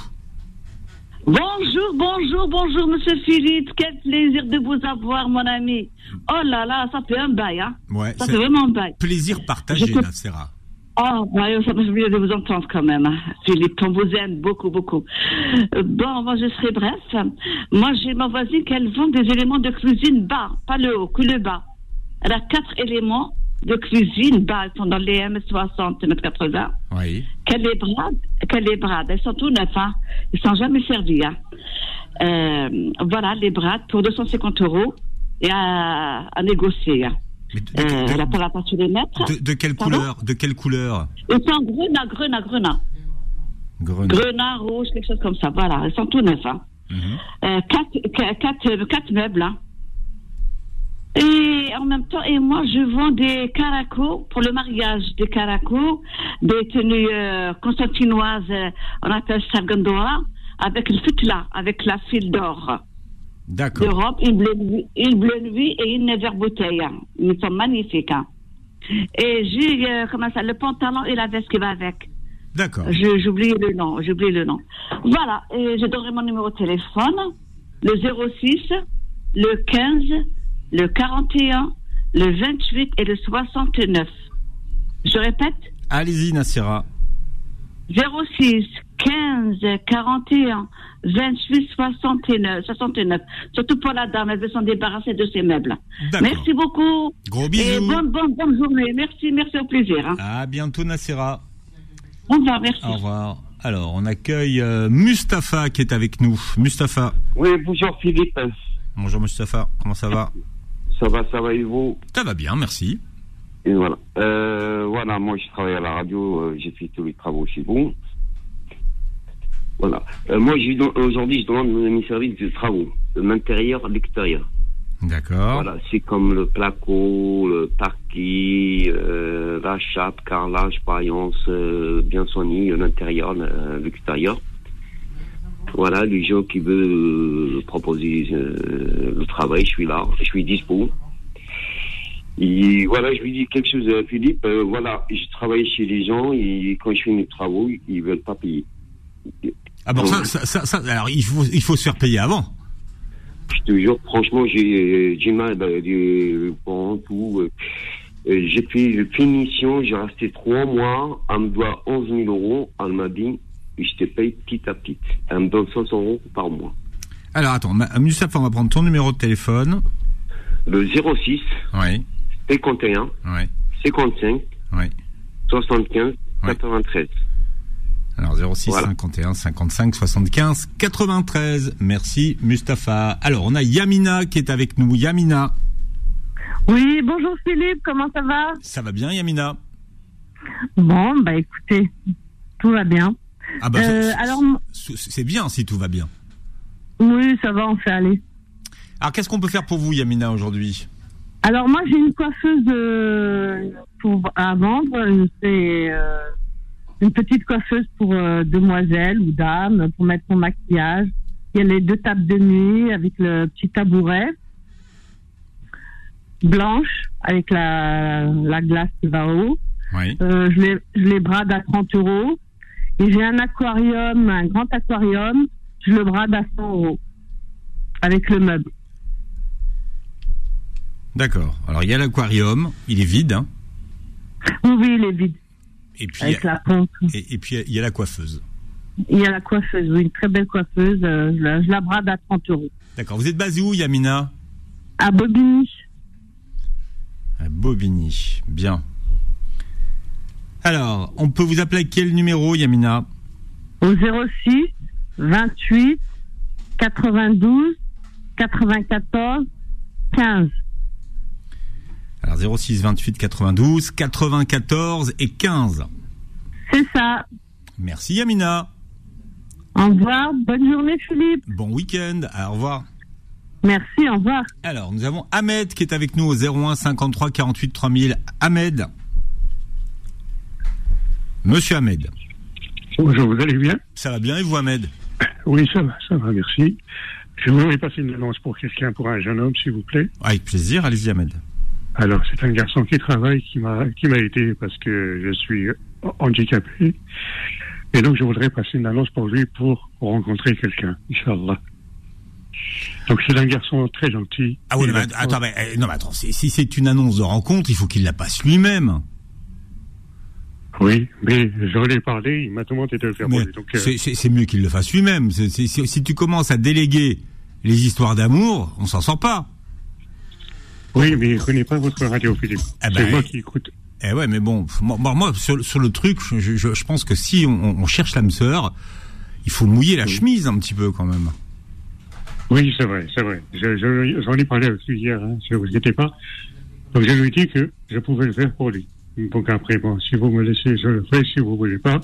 [SPEAKER 11] Bonjour, bonjour, bonjour, monsieur Philippe. Quel plaisir de vous avoir, mon ami. Oh là là, ça fait un bail, hein.
[SPEAKER 2] Ouais,
[SPEAKER 11] Ça
[SPEAKER 2] c'est-
[SPEAKER 11] fait vraiment un bail.
[SPEAKER 2] Plaisir partagé,
[SPEAKER 11] Je peux-
[SPEAKER 2] là, Sarah.
[SPEAKER 11] Oh, Mario, ça m'a oublié de vous entendre quand même. hein. Philippe, on vous aime beaucoup, beaucoup. Euh, Bon, moi, je serai bref. Moi, j'ai ma voisine qu'elle vend des éléments de cuisine bas, pas le haut, que le bas. Elle a quatre éléments de cuisine bas. Ils sont dans les M60, M80.
[SPEAKER 2] Oui.
[SPEAKER 11] Qu'elle les brade, qu'elle les brade. Elles sont tout neufs, hein. Ils sont jamais servis, hein. Euh, voilà, les brades pour 250 euros et à, à négocier. hein. Euh, elle n'a pas la partie les mettre.
[SPEAKER 2] De, de quelle
[SPEAKER 11] Pardon
[SPEAKER 2] couleur De quelle couleur
[SPEAKER 11] Ils sont grenat, grenat, grenat.
[SPEAKER 2] Grenat. Mhm.
[SPEAKER 11] Grenat, rouge, quelque chose comme ça. Voilà, ils sont tout neufs. Hein. Euh, quatre, qu- quatre, euh, quatre meubles. hein. Et en même temps, et moi, je vends des caracos pour le mariage, des caracos, des tenues euh, constantinoises, euh, on appelle ça gandoa, avec le futla, avec la file d'or.
[SPEAKER 2] D'accord.
[SPEAKER 11] D'Europe, une bleue, nuit- une bleue nuit et une verre bouteille. hein. Ils sont magnifiques. hein. Et j'ai, euh, comment ça, le pantalon et la veste qui va avec.
[SPEAKER 2] D'accord.
[SPEAKER 11] Je- J'oublie le nom, j'oublie le nom. Voilà, et je donnerai mon numéro de téléphone, le 06, le 15, le 41, le 28 et le 69. Je répète,
[SPEAKER 2] Allez-y, Nassira.
[SPEAKER 11] 06, 15, 41, 28, 69, 69. Surtout pour la dame, elle veut s'en débarrasser de ses meubles.
[SPEAKER 2] D'accord.
[SPEAKER 11] Merci beaucoup.
[SPEAKER 2] Gros bisous.
[SPEAKER 11] Et bonne, bonne, bonne journée. Merci, merci au plaisir. hein.
[SPEAKER 2] À bientôt, Nassira.
[SPEAKER 11] Au revoir, merci.
[SPEAKER 2] Au revoir. Alors, on accueille euh, Mustapha qui est avec nous. Mustapha.
[SPEAKER 12] Oui, bonjour Philippe.
[SPEAKER 2] Bonjour, Mustapha. Comment ça va
[SPEAKER 12] Ça va, ça va et vous
[SPEAKER 2] Ça va bien, merci.
[SPEAKER 12] Et voilà. Euh, voilà, moi je travaille à la radio, euh, j'ai fait tous les travaux chez vous. Voilà. Euh, moi j'ai- aujourd'hui je demande mes services de travaux, de l'intérieur, l'extérieur.
[SPEAKER 2] D'accord.
[SPEAKER 12] Voilà, c'est comme le placo, le parquet, euh, la chape, carrelage, faïence, euh, bien soigné, l'intérieur, le- l'extérieur. Voilà, les gens qui veulent euh, proposer euh, le travail, je suis là, je suis dispo. Et voilà, je lui dis quelque chose à Philippe. euh, voilà, je travaille chez les gens et quand je fais mes travaux, ils veulent pas payer.
[SPEAKER 2] Ah bon, ça,
[SPEAKER 12] Ouais.
[SPEAKER 2] ça, ça- ça- alors il faut, il faut se faire payer avant.
[SPEAKER 12] Je te jure, franchement, j'ai j'ai mal bah, des bon, tout. euh, euh, j'ai fait une finition, j'ai resté trois mois. Elle me doit 11 000 euros. Elle m'a dit, je te paye petit à petit. Elle me donne 500 euros par mois.
[SPEAKER 2] Alors attends, ma- Mustapha, on va prendre ton numéro de téléphone.
[SPEAKER 12] Le 06
[SPEAKER 2] Oui.
[SPEAKER 12] 51
[SPEAKER 2] Ouais.
[SPEAKER 12] 55
[SPEAKER 2] Ouais.
[SPEAKER 12] 75 93.
[SPEAKER 2] Alors 06 51 55 75 93. Merci Mustapha. Alors on a Yamina qui est avec nous. Yamina,
[SPEAKER 13] Oui, bonjour Philippe, comment ça va
[SPEAKER 2] ça va bien Yamina
[SPEAKER 13] Bon, bah écoutez, tout va bien.
[SPEAKER 2] Ah bah,
[SPEAKER 13] Euh,
[SPEAKER 2] c'est- c'est-
[SPEAKER 13] alors,
[SPEAKER 2] c'est c'est bien si tout va bien.
[SPEAKER 13] oui, ça va, on fait aller.
[SPEAKER 2] Alors qu'est-ce qu'on peut faire pour vous Yamina aujourd'hui
[SPEAKER 13] Alors moi, j'ai une coiffeuse euh, pour, à vendre. C'est euh, une petite coiffeuse pour euh, demoiselles ou dames, pour mettre son maquillage. Il y a les deux tables de nuit avec le petit tabouret blanche avec la, la glace qui va haut.
[SPEAKER 2] Oui.
[SPEAKER 13] Euh, je, les, je les brade à 30 euros. Et j'ai un aquarium, un grand aquarium, je le brade à 100 euros avec le meuble.
[SPEAKER 2] D'accord. Alors il y a l'aquarium, il est vide. hein.
[SPEAKER 13] Oui, oui, il est vide.
[SPEAKER 2] et puis
[SPEAKER 13] Avec
[SPEAKER 2] il y a-
[SPEAKER 13] la pompe.
[SPEAKER 2] Et, et puis il y a la coiffeuse.
[SPEAKER 13] Il y a la coiffeuse, oui, une très belle coiffeuse. euh, je, la, je la brade à 30 euros.
[SPEAKER 2] D'accord. Vous êtes basé où Yamina
[SPEAKER 13] À Bobigny.
[SPEAKER 2] À Bobigny. Bien. Alors, on peut vous appeler à quel numéro, Yamina
[SPEAKER 13] Au 06 28 92 94 15.
[SPEAKER 2] Alors 06 28 92 94 et 15.
[SPEAKER 13] C'est ça.
[SPEAKER 2] Merci Yamina.
[SPEAKER 13] Au revoir. Bonne journée Philippe.
[SPEAKER 2] Bon week-end. Ah, Au revoir.
[SPEAKER 13] Merci, au revoir.
[SPEAKER 2] Alors, nous avons Ahmed qui est avec nous au 01 53 48 3000. Ahmed. Monsieur Ahmed.
[SPEAKER 14] Bonjour, vous allez bien
[SPEAKER 2] Ça va bien et vous, Ahmed
[SPEAKER 14] Oui, ça va, ça va, merci. Je voudrais passer une annonce pour quelqu'un, pour un jeune homme, s'il vous plaît.
[SPEAKER 2] Avec plaisir, allez-y, Ahmed.
[SPEAKER 14] Alors, c'est un garçon qui travaille, qui m'a, qui m'a aidé parce que je suis handicapé. Et donc, je voudrais passer une annonce pour lui pour rencontrer quelqu'un, Inch'Allah. Donc, c'est un garçon très gentil.
[SPEAKER 2] Ah oui,
[SPEAKER 14] Il
[SPEAKER 2] non, mais
[SPEAKER 14] va-
[SPEAKER 2] attends, mais, euh, non, mais attends, si, si c'est une annonce de rencontre, il faut qu'il la passe lui-même.
[SPEAKER 14] Oui, mais je lui ai parlé, il m'a demandé de le faire.
[SPEAKER 2] Mais
[SPEAKER 14] pour lui, donc, euh,
[SPEAKER 2] c'est- c'est c'est mieux qu'il le fasse lui-même. C'est- c'est- c'est- Si tu commences à déléguer les histoires d'amour, on s'en sort pas.
[SPEAKER 14] Oui, mais il connaît pas votre radio, Philippe. C'est moi qui écoute.
[SPEAKER 2] ben, Eh ouais, mais bon, pff, moi, moi- moi, sur, sur le truc, je, je- je pense que si on, on cherche l'âme sœur, il faut mouiller la chemise un petit peu quand même.
[SPEAKER 14] Oui, c'est vrai, c'est vrai. Je- je- J'en ai parlé avec lui hier, hein, si vous inquiétez pas. Donc je lui ai dit que je pouvais le faire pour lui. Donc après, bon, si vous me laissez, je le fais. Si vous voulez pas,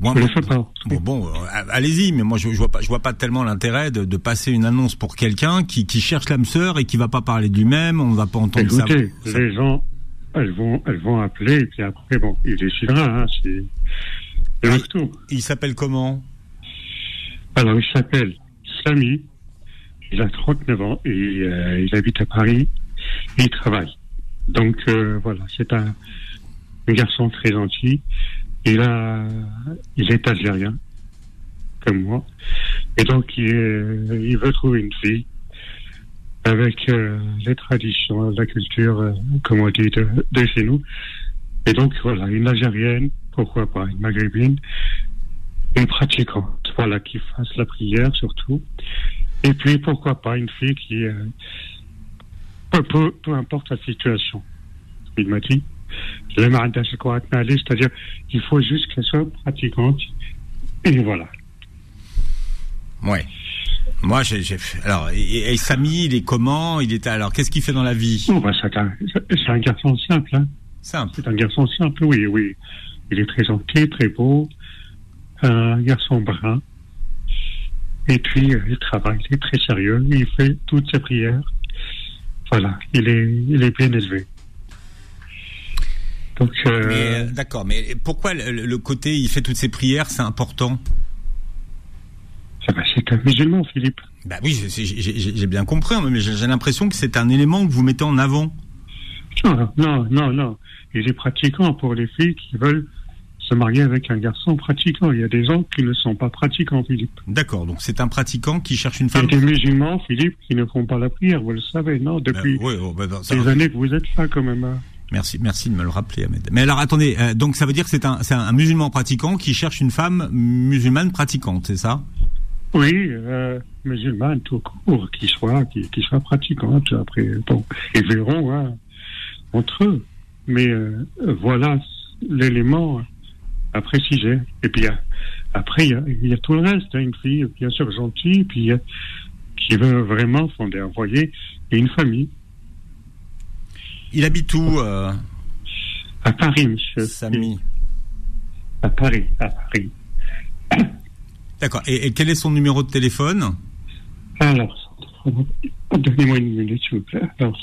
[SPEAKER 2] Moi,
[SPEAKER 14] je le
[SPEAKER 2] moi-
[SPEAKER 14] fais pas.
[SPEAKER 2] Bon, bon, euh, allez-y, mais moi je, je vois pas, je vois pas tellement l'intérêt de, de passer une annonce pour quelqu'un qui, qui cherche l'âme sœur et qui va pas parler de lui-même, on ne va pas entendre
[SPEAKER 14] Écoutez,
[SPEAKER 2] ça.
[SPEAKER 14] les gens, elles vont, elles vont appeler, et puis après, bon, il décidera. Hein, si... le retour.
[SPEAKER 2] Il s'appelle comment
[SPEAKER 14] Alors, il s'appelle Samy. Il a 39 ans et euh, il habite à Paris. Et il travaille. Donc, euh, voilà, c'est un, un garçon très gentil. Il, a, il est algérien, comme moi. Et donc, il, euh, il veut trouver une fille avec euh, les traditions, la culture, euh, comme on dit, de, de chez nous. Et donc, voilà, une Algérienne, pourquoi pas, une Maghrébine, une pratiquante, voilà, qui fasse la prière surtout. Et puis, pourquoi pas, une fille qui... euh, peu, peu, peu importe la situation, il m'a dit. Le mariage, c'est quoi, Atnali, C'est-à-dire, il faut juste qu'elle soit pratiquante. Et voilà.
[SPEAKER 2] Ouais. Moi, j'ai, j'ai- alors, et, et Samy, il est comment Il est alors, qu'est-ce qu'il fait dans la vie
[SPEAKER 14] c'est, un, c'est un garçon simple. Hein.
[SPEAKER 2] Simple.
[SPEAKER 14] C'est un garçon simple, oui, oui. Il est très gentil, très beau. Un garçon brun. Et puis, euh, il travaille, il est très sérieux. Il fait toutes ses prières. Voilà, il est, il est bien élevé. Donc, euh,
[SPEAKER 2] Mais, euh, d'accord, mais pourquoi le, le- le côté il fait toutes ses prières, c'est important
[SPEAKER 14] Ah bah, c'est un musulman, Philippe.
[SPEAKER 2] Bah oui, c'est- c'est- j'ai, j'ai- j'ai bien compris, hein, mais j'ai, j'ai l'impression que c'est un élément que vous mettez en avant.
[SPEAKER 14] Non, non, non, non. Il est pratiquant pour les filles qui veulent se marier avec un garçon pratiquant. Il y a des gens qui ne sont pas pratiquants, Philippe.
[SPEAKER 2] D'accord, donc c'est un pratiquant qui cherche une
[SPEAKER 14] Il y a
[SPEAKER 2] femme.
[SPEAKER 14] des musulmans, Philippe, qui ne font pas la prière, vous le savez, non Depuis
[SPEAKER 2] oui, oh, bah, bah, ça-
[SPEAKER 14] des années que vous êtes là, quand même. hein.
[SPEAKER 2] Merci, merci de me le rappeler, Ahmed. Mais alors attendez, euh, donc ça veut dire que c'est un, c'est un musulman pratiquant qui cherche une femme musulmane pratiquante, c'est ça
[SPEAKER 14] Oui, euh, musulmans tout court, qui soient, qui, qui soient pratiquants. Après, bon, ils verront hein, entre eux. Mais euh, voilà l'élément à préciser. Et puis euh, après, il y a, il y a tout le reste. hein, une fille, bien sûr, gentille, puis euh, qui veut vraiment fonder un foyer et une famille.
[SPEAKER 2] Il habite où euh,
[SPEAKER 14] À Paris, monsieur.
[SPEAKER 2] Samy.
[SPEAKER 14] À Paris, à Paris.
[SPEAKER 2] D'accord, et, et quel est son numéro de téléphone
[SPEAKER 14] Alors, donnez-moi une minute, s'il vous plaît. Alors,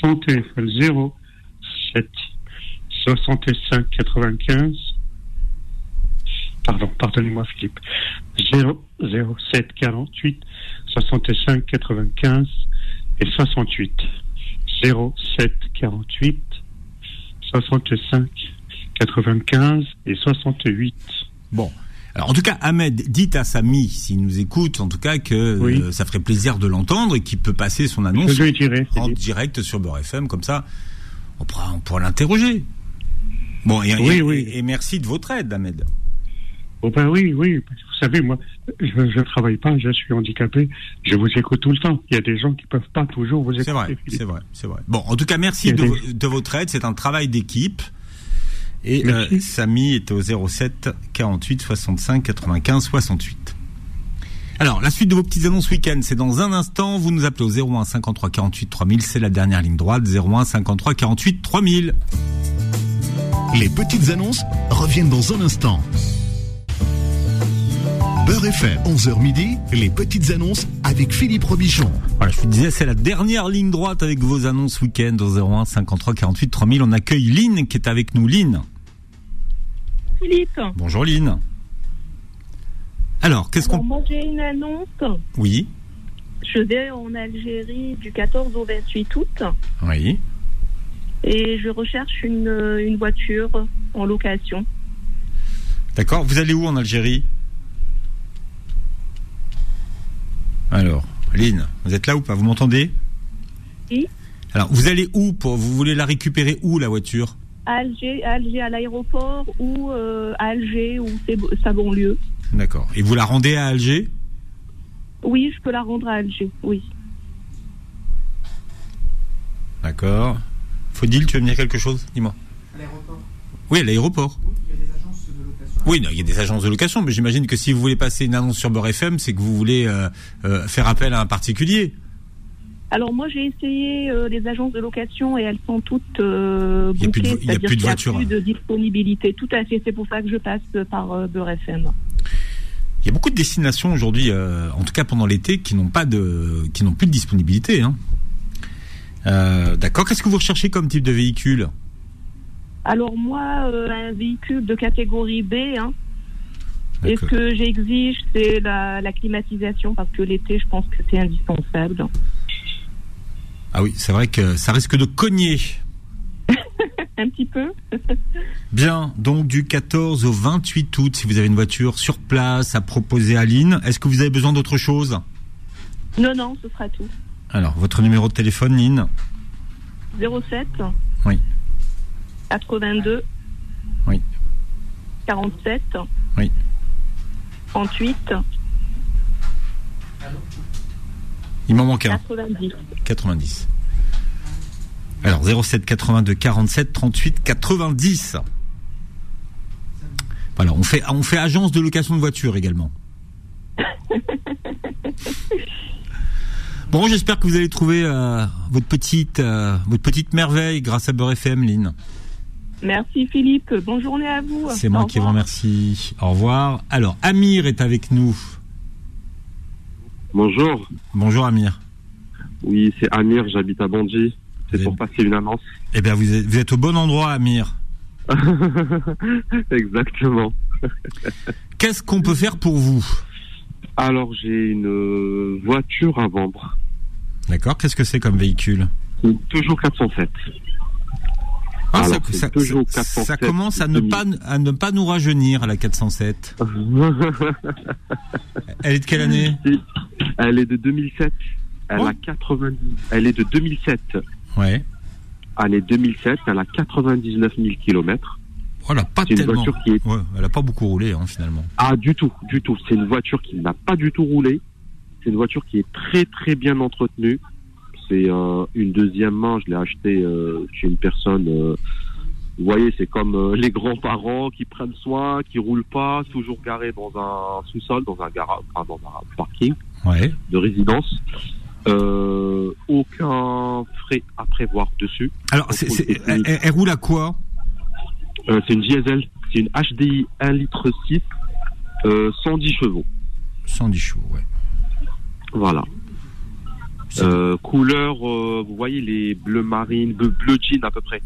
[SPEAKER 14] son téléphone 07 65 95. Pardon, pardonnez-moi, Philippe. 007 48 65 95 et 68. 07 48 65 95 et 68.
[SPEAKER 2] Bon. Alors en tout cas, Ahmed, dites à Samy, s'il nous écoute, en tout cas que
[SPEAKER 14] Oui.
[SPEAKER 2] euh, ça ferait plaisir de l'entendre et qu'il peut passer son annonce
[SPEAKER 14] Je lui dirai,
[SPEAKER 2] en direct sur Beurre FM, comme ça on pourra, on pourra l'interroger. Bon, et,
[SPEAKER 14] Oui,
[SPEAKER 2] et-
[SPEAKER 14] oui.
[SPEAKER 2] et merci de votre aide, Ahmed.
[SPEAKER 14] Oh ben oui, oui. parce que Vous savez, moi, je je travaille pas, je suis handicapé. Je vous écoute tout le temps. Il y a des gens qui peuvent pas toujours vous écouter.
[SPEAKER 2] C'est vrai, c'est vrai, c'est vrai. Bon, en tout cas, merci
[SPEAKER 14] Il y
[SPEAKER 2] de,
[SPEAKER 14] a des-
[SPEAKER 2] vo- de votre aide, c'est un travail d'équipe. Et euh, Samy est au 07 48 65 95 68. Alors, la suite de vos petites annonces week-end, c'est dans un instant. Vous nous appelez au 01 53 48 3000, c'est la dernière ligne droite, 01 53 48 3000.
[SPEAKER 1] Les petites annonces reviennent dans un instant. Beurre FM, 11h midi, les petites annonces avec Philippe Robichon.
[SPEAKER 2] Voilà, je vous disais, c'est la dernière ligne droite avec vos annonces week-end au 01 53 48 3000. On accueille Lynn qui est avec nous. Lynn,
[SPEAKER 15] Philippe.
[SPEAKER 2] bonjour Lynn. Alors, qu'est-ce
[SPEAKER 15] Alors,
[SPEAKER 2] qu'on...
[SPEAKER 15] moi, j'ai une annonce.
[SPEAKER 2] Oui,
[SPEAKER 15] Je vais en Algérie du 14 au 28 août
[SPEAKER 2] oui.
[SPEAKER 15] et je recherche une, euh, une voiture en location.
[SPEAKER 2] D'accord Vous allez où en Algérie Alors, Lynn, vous êtes là ou pas Vous m'entendez
[SPEAKER 15] Oui.
[SPEAKER 2] Alors, vous allez où pour, Vous voulez la récupérer où, la voiture
[SPEAKER 15] À Alger, à Alger, à l'aéroport ou euh, à Alger ou ses- sa banlieue.
[SPEAKER 2] D'accord. Et vous la rendez à Alger
[SPEAKER 15] Oui, je peux la rendre à Alger, oui.
[SPEAKER 2] D'accord. Faudil, tu veux me dire quelque chose Dis-moi. Oui, à l'aéroport. Oui, non, il y a des agences de location, mais j'imagine que si vous voulez passer une annonce sur Beurre FM, c'est que vous voulez euh, euh, faire appel à un particulier.
[SPEAKER 15] Alors moi j'ai essayé euh, les agences de location et elles sont toutes euh,
[SPEAKER 2] Il y a plus de
[SPEAKER 15] bookées,
[SPEAKER 2] vo- il y a
[SPEAKER 15] c'est-à-dire
[SPEAKER 2] plus de
[SPEAKER 15] qu'il y
[SPEAKER 2] voitures,
[SPEAKER 15] plus
[SPEAKER 2] hein.
[SPEAKER 15] de disponibilité. Tout à fait, c'est pour ça que je passe euh, par euh, Beurre FM.
[SPEAKER 2] Il y a beaucoup de destinations aujourd'hui, euh, en tout cas pendant l'été, qui n'ont pas de, qui n'ont plus de disponibilité. hein. Euh, D'accord. Qu'est-ce que vous recherchez comme type de véhicule
[SPEAKER 15] Alors moi, euh, un véhicule de catégorie B, hein, et ce que j'exige, c'est la, la climatisation, parce que l'été, je pense que c'est indispensable.
[SPEAKER 2] Ah oui, c'est vrai que ça risque de cogner.
[SPEAKER 15] *laughs* Un petit peu *laughs*
[SPEAKER 2] Bien, donc du 14 au 28 août, si vous avez une voiture sur place à proposer à Lynn, est-ce que vous avez besoin d'autre chose
[SPEAKER 15] Non, non, ce sera tout.
[SPEAKER 2] Alors, votre numéro de téléphone, Lynn
[SPEAKER 15] 07
[SPEAKER 2] Oui.
[SPEAKER 15] 82
[SPEAKER 2] Oui.
[SPEAKER 15] 47
[SPEAKER 2] Oui.
[SPEAKER 15] 38
[SPEAKER 2] Il m'en manque un.
[SPEAKER 15] 90.
[SPEAKER 2] 90. Alors, 07 82 47 38 90. Voilà, on fait, on fait agence de location de voiture également. Bon, j'espère que vous allez trouver euh, votre, petite, euh, votre petite merveille grâce à Beurre FM, Lynn.
[SPEAKER 15] Merci Philippe, bonne journée à vous.
[SPEAKER 2] C'est moi
[SPEAKER 15] Au
[SPEAKER 2] qui vous remercie. Au revoir. Alors, Amir est avec nous.
[SPEAKER 16] Bonjour.
[SPEAKER 2] Bonjour Amir.
[SPEAKER 16] Oui, c'est Amir, j'habite à Bondy. C'est pour passer une annonce. *laughs*
[SPEAKER 2] Eh bien, vous êtes, vous êtes au bon endroit, Amir.
[SPEAKER 16] Exactement.
[SPEAKER 2] Qu'est-ce qu'on peut faire pour vous
[SPEAKER 16] Alors, j'ai une euh, voiture à vendre.
[SPEAKER 2] D'accord Qu'est-ce que c'est comme véhicule
[SPEAKER 16] Toujours 407.
[SPEAKER 2] Ah,
[SPEAKER 16] Alors,
[SPEAKER 2] ça,
[SPEAKER 16] c'est
[SPEAKER 2] ça-
[SPEAKER 16] toujours
[SPEAKER 2] ça-
[SPEAKER 16] 407,
[SPEAKER 2] ça commence à ne, pas, à ne pas nous rajeunir à la 407.
[SPEAKER 16] Ah,
[SPEAKER 2] *laughs* Elle est de quelle année
[SPEAKER 16] Elle est de 2007. Elle
[SPEAKER 2] Oh.
[SPEAKER 16] a 90. Elle est de 2007.
[SPEAKER 2] Ouais.
[SPEAKER 16] Année 2007. Elle a 99 000 kilomètres.
[SPEAKER 2] Voilà, Oh pas
[SPEAKER 16] C'est une
[SPEAKER 2] tellement.
[SPEAKER 16] voiture qui est-
[SPEAKER 2] Ouais, elle n'a pas beaucoup roulé hein, finalement.
[SPEAKER 16] Ah, du tout, du tout. C'est une voiture qui n'a pas du tout roulé. C'est une voiture qui est très, très bien entretenue. C'est euh, une deuxième main. Je l'ai achetée euh, chez une personne. euh, vous voyez, c'est comme euh, les grands-parents qui prennent soin, qui roulent pas, toujours garés dans un sous-sol, dans un garage, enfin, dans un parking
[SPEAKER 2] Ouais.
[SPEAKER 16] de résidence. Euh, aucun frais à prévoir dessus.
[SPEAKER 2] Alors,
[SPEAKER 16] On
[SPEAKER 2] c'est-
[SPEAKER 16] trouve
[SPEAKER 2] c'est-
[SPEAKER 16] des-
[SPEAKER 2] elle, elle- elle roule à quoi
[SPEAKER 16] euh, c'est une diesel, c'est une HDI 1 litre 6, euh, 110 chevaux.
[SPEAKER 2] 110 chevaux, ouais.
[SPEAKER 16] Voilà. Euh, couleur, euh, vous voyez les bleus marines, bleu, bleu jean à peu près.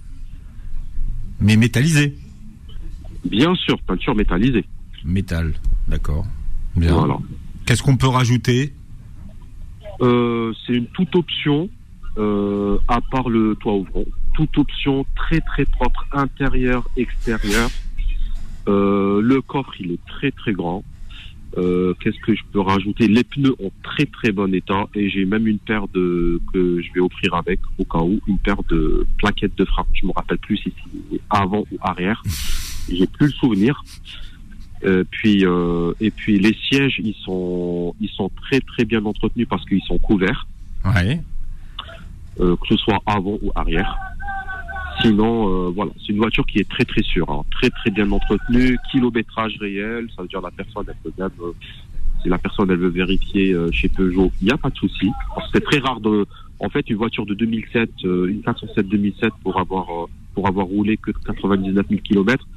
[SPEAKER 2] Mais métallisée.
[SPEAKER 16] Bien sûr, peinture métallisée.
[SPEAKER 2] Métal, d'accord. Bien.
[SPEAKER 16] Voilà.
[SPEAKER 2] Qu'est-ce qu'on peut rajouter
[SPEAKER 16] Euh, c'est une toute option, euh, à part le toit ouvrant. Toute option très très propre, intérieur, extérieur. Euh, le coffre, il est très très grand. Euh, Qu'est-ce que je peux rajouter Les pneus ont très très bon état et j'ai même une paire de que je vais offrir avec au cas où une paire de plaquettes de frein. Je me rappelle plus si c'est avant ou arrière. J'ai plus le souvenir. Euh, puis euh, et puis les sièges ils sont ils sont très très bien entretenus parce qu'ils sont couverts
[SPEAKER 2] Ouais.
[SPEAKER 16] euh, que ce soit avant ou arrière. Sinon, euh, voilà, c'est une voiture qui est très très sûre, hein, très très bien entretenue, kilométrage réel, ça veut dire la personne, elle peut même, euh, si la personne elle veut vérifier euh, chez Peugeot, il n'y a pas de souci. Parce que C'est très rare de, en fait, une voiture de 2007, euh, une 407 2007 pour avoir euh, pour avoir roulé que 99 000 kilomètres,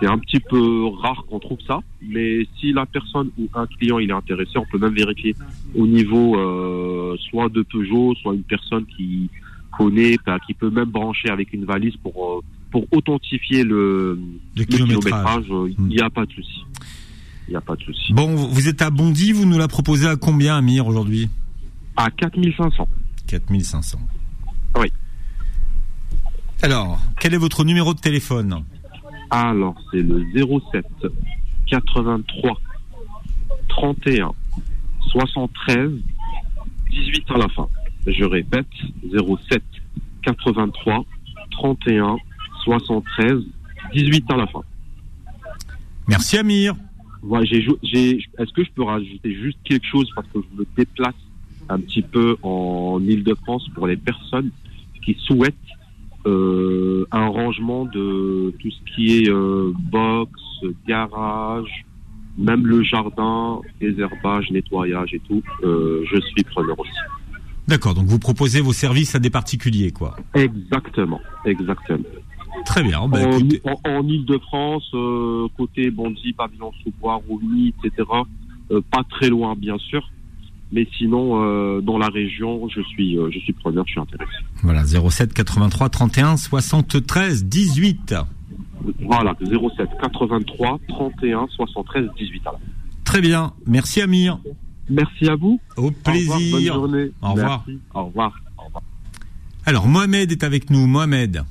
[SPEAKER 16] c'est un petit peu rare qu'on trouve ça. Mais si la personne ou un client il est intéressé, on peut même vérifier au niveau euh, soit de Peugeot, soit une personne qui connaît, enfin, qui peut même brancher avec une valise pour euh, pour authentifier le,
[SPEAKER 2] Le kilométrage.
[SPEAKER 16] Euh, Il n'y a pas de souci. Il n'y a pas de souci.
[SPEAKER 2] Bon, vous vous êtes à Bondy, vous nous la proposez à combien, Amir, aujourd'hui
[SPEAKER 16] À 4500.
[SPEAKER 2] 4500.
[SPEAKER 16] Oui.
[SPEAKER 2] Alors, quel est votre numéro de téléphone
[SPEAKER 16] Alors, c'est le 07 83 31 73 18 à la fin. Je répète, 07 83 31 73 18 à la fin.
[SPEAKER 2] Merci Amir.
[SPEAKER 16] Voilà, j'ai, jou- j'ai- est-ce que je peux rajouter juste quelque chose parce que je me déplace un petit peu en Ile-de-France pour les personnes qui souhaitent euh, un rangement de tout ce qui est euh, box, garage, même le jardin, désherbage, nettoyage et tout. euh, je suis preneur aussi.
[SPEAKER 2] D'accord, donc vous proposez vos services à des particuliers, quoi.
[SPEAKER 16] Exactement, exactement.
[SPEAKER 2] Très bien. bah,
[SPEAKER 16] en,
[SPEAKER 2] écoutez,
[SPEAKER 16] en- en Ile-de-France, euh, côté Bondy, Pavillon-sous-Bois, Rouilly, etc. euh, pas très loin, bien sûr. Mais sinon, euh, dans la région, je suis, euh, je suis preneur, je suis intéressé.
[SPEAKER 2] voilà, 07 83 31 73 18.
[SPEAKER 16] Voilà, 07 83 31 73 18. à la fin.
[SPEAKER 2] Très bien, merci Amir.
[SPEAKER 16] Merci à vous.
[SPEAKER 2] Au plaisir.
[SPEAKER 16] Au revoir, bonne journée.
[SPEAKER 2] Au revoir.
[SPEAKER 16] Merci, Au revoir.
[SPEAKER 2] Alors Mohamed est avec nous, Mohamed.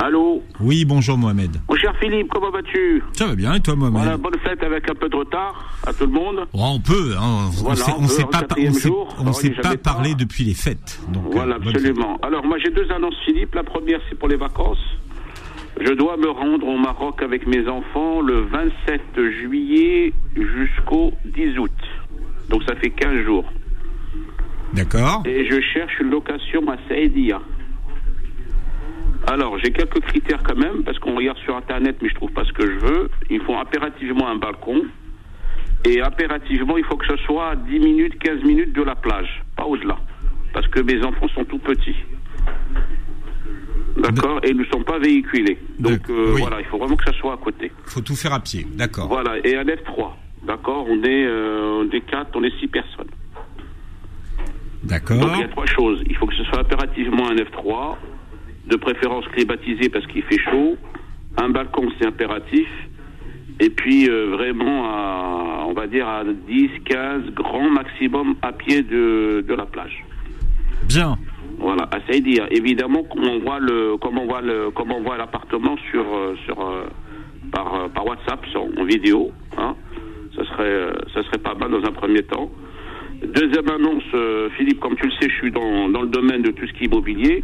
[SPEAKER 17] Allô
[SPEAKER 2] Oui, bonjour Mohamed.
[SPEAKER 17] Mon cher Philippe, comment vas-tu
[SPEAKER 2] Ça va bien et toi Mohamed
[SPEAKER 17] Voilà, bonne fête avec un peu de retard à tout le monde.
[SPEAKER 2] Oh, On peut, hein, on
[SPEAKER 17] Voilà,
[SPEAKER 2] s'est-
[SPEAKER 17] on
[SPEAKER 2] on
[SPEAKER 17] peut,
[SPEAKER 2] s'est
[SPEAKER 17] au
[SPEAKER 2] pas, on
[SPEAKER 17] quatrième
[SPEAKER 2] s'est-
[SPEAKER 17] jour,
[SPEAKER 2] on
[SPEAKER 17] on
[SPEAKER 2] s'est
[SPEAKER 17] n'est
[SPEAKER 2] pas
[SPEAKER 17] jamais
[SPEAKER 2] parlé depuis les fêtes. Donc, euh,
[SPEAKER 17] Voilà, absolument. Alors, moi, j'ai deux annonces, Philippe. La première, c'est pour les vacances. Je dois me rendre au Maroc avec mes enfants le 27 juillet jusqu'au 10 août. Donc, ça fait 15 jours.
[SPEAKER 2] D'accord.
[SPEAKER 17] Et je cherche une location à Saïdia. Alors, j'ai quelques critères quand même, parce qu'on regarde sur Internet, mais je trouve pas ce que je veux. Il faut impérativement un balcon. Et impérativement, il faut que ce soit à 10 minutes, 15 minutes de la plage, pas au-delà. Parce que mes enfants sont tout petits. D'accord Et ils ne sont pas véhiculés. Donc, euh, voilà, il faut vraiment que ça soit à côté.
[SPEAKER 2] faut tout faire à pied, d'accord.
[SPEAKER 17] Voilà, et un F3. D'accord on, est, euh, on est 4, on est 6 personnes. Donc
[SPEAKER 2] D'accord.
[SPEAKER 17] il y a trois choses. Il faut que ce soit impérativement un F3, de préférence climatisé parce qu'il fait chaud. Un balcon, c'est impératif. Et puis euh, vraiment, à, on va dire à 10, 15, grand maximum à pied de, de la plage.
[SPEAKER 2] Bien.
[SPEAKER 17] Voilà, à Saïdia. Évidemment, comme on voit le, comme on voit le, comme on voit l'appartement sur, euh, sur, euh, par, euh, par WhatsApp, sur- en vidéo, hein. Ça serait, euh, ça serait pas mal dans un premier temps. Deuxième annonce, euh, Philippe, comme tu le sais, je suis dans, dans le domaine de tout ce qui est immobilier.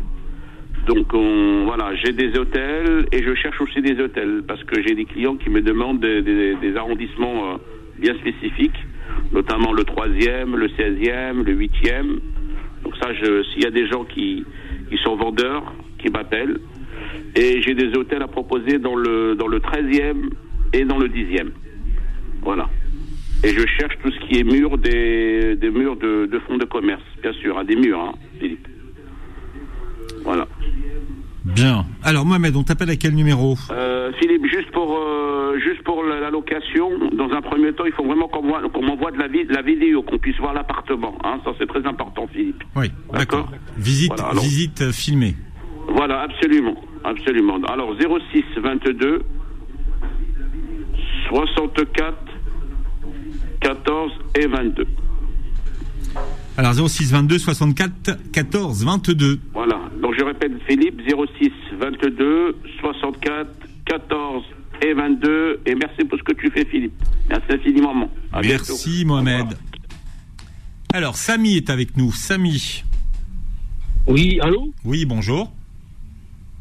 [SPEAKER 17] Donc on, voilà, j'ai des hôtels et je cherche aussi des hôtels parce que j'ai des clients qui me demandent des, des- des arrondissements euh, bien spécifiques, notamment le 3e, le 16e, le 8e. Donc ça, je- s'il y a des gens qui, qui sont vendeurs, qui m'appellent, et j'ai des hôtels à proposer dans le, dans le 13e et dans le 10e. Voilà. Et je cherche tout ce qui est mur des, des murs de, de fonds de commerce, bien sûr, à des murs, hein, Philippe. Voilà.
[SPEAKER 2] Bien. Alors Mohamed, on t'appelle à quel numéro
[SPEAKER 17] Euh, Philippe, juste pour euh, juste pour la, la location, dans un premier temps, il faut vraiment qu'on voit- qu'on m'envoie de la, vi- de la vidéo, qu'on puisse voir l'appartement. Hein, ça, c'est très important, Philippe.
[SPEAKER 2] Oui, d'accord. Visite,
[SPEAKER 17] Voilà, alors.
[SPEAKER 2] visite euh, filmée.
[SPEAKER 17] Voilà, absolument, absolument. Alors 06 22 64 14 et 22.
[SPEAKER 2] Alors 06 22 64 14 22.
[SPEAKER 17] Voilà. Donc je répète Philippe 06 22 64 14 et 22 et merci pour ce que tu fais Philippe. Merci infiniment. maman. À bientôt.
[SPEAKER 2] Merci Mohamed. Alors Samy est avec nous. Samy.
[SPEAKER 18] Oui, allô
[SPEAKER 2] Oui, bonjour.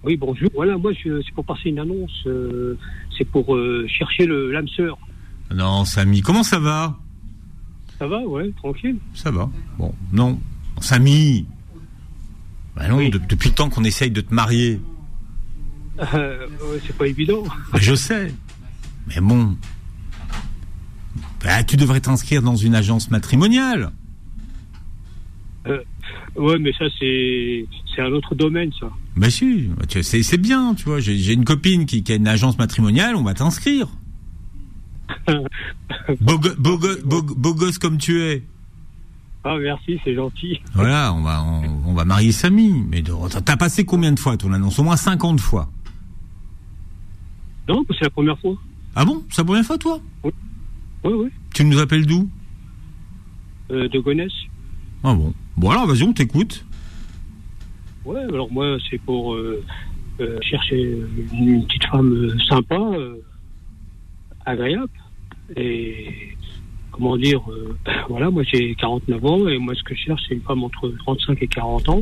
[SPEAKER 18] Oui, bonjour. Voilà, moi, je- c'est pour passer une annonce. euh, c'est pour euh, chercher le- l'âme sœur.
[SPEAKER 2] Non, Samy, comment ça va
[SPEAKER 18] Ça va, ouais, tranquille. *laughs*
[SPEAKER 2] Ça va. Bon, non. Samy. Bah non, de- depuis le temps qu'on essaye de te marier.
[SPEAKER 18] Euh, ouais, c'est pas évident. *laughs*
[SPEAKER 2] Bah, je sais. Mais bon. Bah, tu devrais t'inscrire dans une agence matrimoniale.
[SPEAKER 18] Euh, ouais, mais ça, c'est c'est un autre domaine, ça.
[SPEAKER 2] Bah si, bah, tu- c'est c'est bien, tu vois. J'ai j'ai une copine qui, qui a une agence matrimoniale, on
[SPEAKER 18] *laughs*
[SPEAKER 2] va t'inscrire. beau, go- beau go- beau- beau gosse comme tu es.
[SPEAKER 18] Ah, merci, c'est gentil.
[SPEAKER 2] Voilà, on va, on, on va marier Samy. Mais de- t'as passé combien de fois ton annonce Au moins 50 fois.
[SPEAKER 18] Non, c'est la première fois.
[SPEAKER 2] Ah bon C'est la première fois, toi
[SPEAKER 18] Oui, oui. oui.
[SPEAKER 2] Tu nous appelles d'où
[SPEAKER 18] Euh, de Gonesse.
[SPEAKER 2] Ah bon Bon alors, vas-y, on t'écoute.
[SPEAKER 18] Ouais, alors moi, c'est pour euh, euh, chercher une petite femme euh, sympa, euh, agréable. Et comment dire, euh, voilà, moi j'ai 49 ans et moi ce que je cherche c'est une femme entre 35 et 40 ans.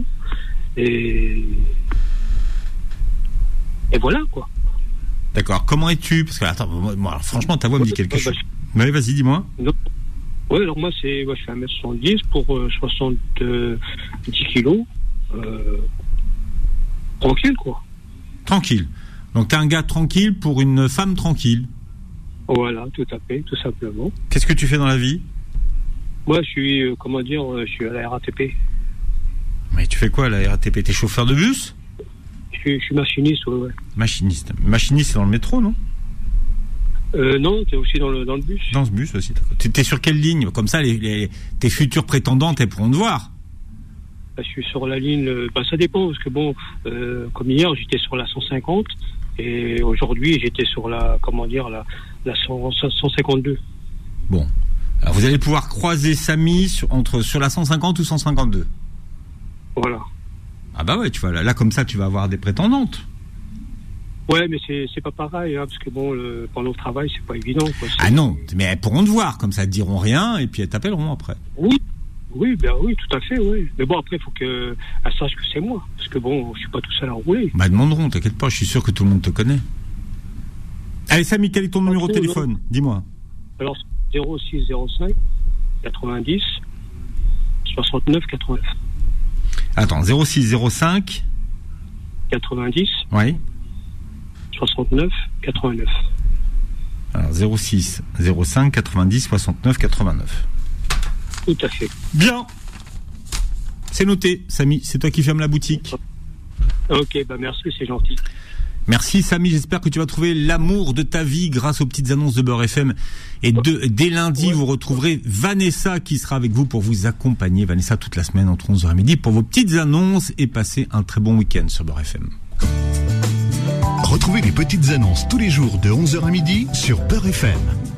[SPEAKER 18] Et, et voilà quoi.
[SPEAKER 2] D'accord. Comment es-tu Parce que attends, moi, moi, alors, franchement, ta voix me dit quelque chose. Mais allez, vas-y, dis-moi.
[SPEAKER 18] Oui, alors moi c'est, moi, je fais 1m70 pour euh, 70 kilos. Euh, tranquille quoi.
[SPEAKER 2] Tranquille. Donc t'es un gars tranquille pour une femme tranquille.
[SPEAKER 18] Voilà, tout à fait, tout simplement.
[SPEAKER 2] Qu'est-ce que tu fais dans la vie
[SPEAKER 18] Moi je suis, euh, comment dire, euh, je suis à la RATP.
[SPEAKER 2] Mais tu fais quoi à la RATP T'es chauffeur de bus
[SPEAKER 18] Je suis, je suis machiniste, ouais, ouais.
[SPEAKER 2] Machiniste. Machiniste, c'est dans le métro, non
[SPEAKER 18] Euh, non, t'es aussi dans le, dans le bus.
[SPEAKER 2] Dans ce bus aussi. d'accord. T'es- T'es sur quelle ligne Comme ça, les, les- tes futurs prétendantes, elles pourront te voir.
[SPEAKER 18] Bah, je suis sur la ligne, euh, bah, ça dépend, parce que bon, euh, comme hier, j'étais sur la 150, et aujourd'hui, j'étais sur la, comment dire, la, la 100 152.
[SPEAKER 2] Bon. Alors vous allez pouvoir croiser Samy sur, entre, sur la 150 ou 152.
[SPEAKER 18] Voilà.
[SPEAKER 2] Ah bah ouais, tu vois, là, là, comme ça, tu vas avoir des prétendantes.
[SPEAKER 18] Ouais, mais c'est c'est pas pareil, hein, parce que bon, le, pendant le travail, c'est pas évident. Quoi.
[SPEAKER 2] Ah non, mais elles pourront te voir, comme ça, elles te diront rien, et puis elles t'appelleront après.
[SPEAKER 18] Oui, oui, ben oui, tout à fait, oui. Mais bon, après, il faut qu'elle sache que c'est moi, parce que bon, je suis pas tout seul à rouler.
[SPEAKER 2] Bah elles demanderont, t'inquiète pas, je suis sûr que tout le monde te connaît. Allez Samy, quel est ton numéro de
[SPEAKER 18] non.
[SPEAKER 2] téléphone Dis-moi.
[SPEAKER 18] Alors, 0605 90 69 89
[SPEAKER 2] Attends, 0605
[SPEAKER 18] 90
[SPEAKER 2] Oui.
[SPEAKER 18] 69 89.
[SPEAKER 2] Alors 06 05 90 69 89.
[SPEAKER 18] Tout à fait.
[SPEAKER 2] Bien. C'est noté, Samy, c'est toi qui fermes la boutique.
[SPEAKER 18] Ok, bah merci, c'est gentil.
[SPEAKER 2] Merci Samy, j'espère que tu vas trouver l'amour de ta vie grâce aux petites annonces de Beurre FM. Et de- dès lundi, vous retrouverez Vanessa qui sera avec vous pour vous accompagner. Vanessa toute la semaine entre 11h et midi pour vos petites annonces et passez un très bon week-end sur Beurre FM.
[SPEAKER 19] Retrouvez les petites annonces tous les jours de 11h à midi sur Beurre FM.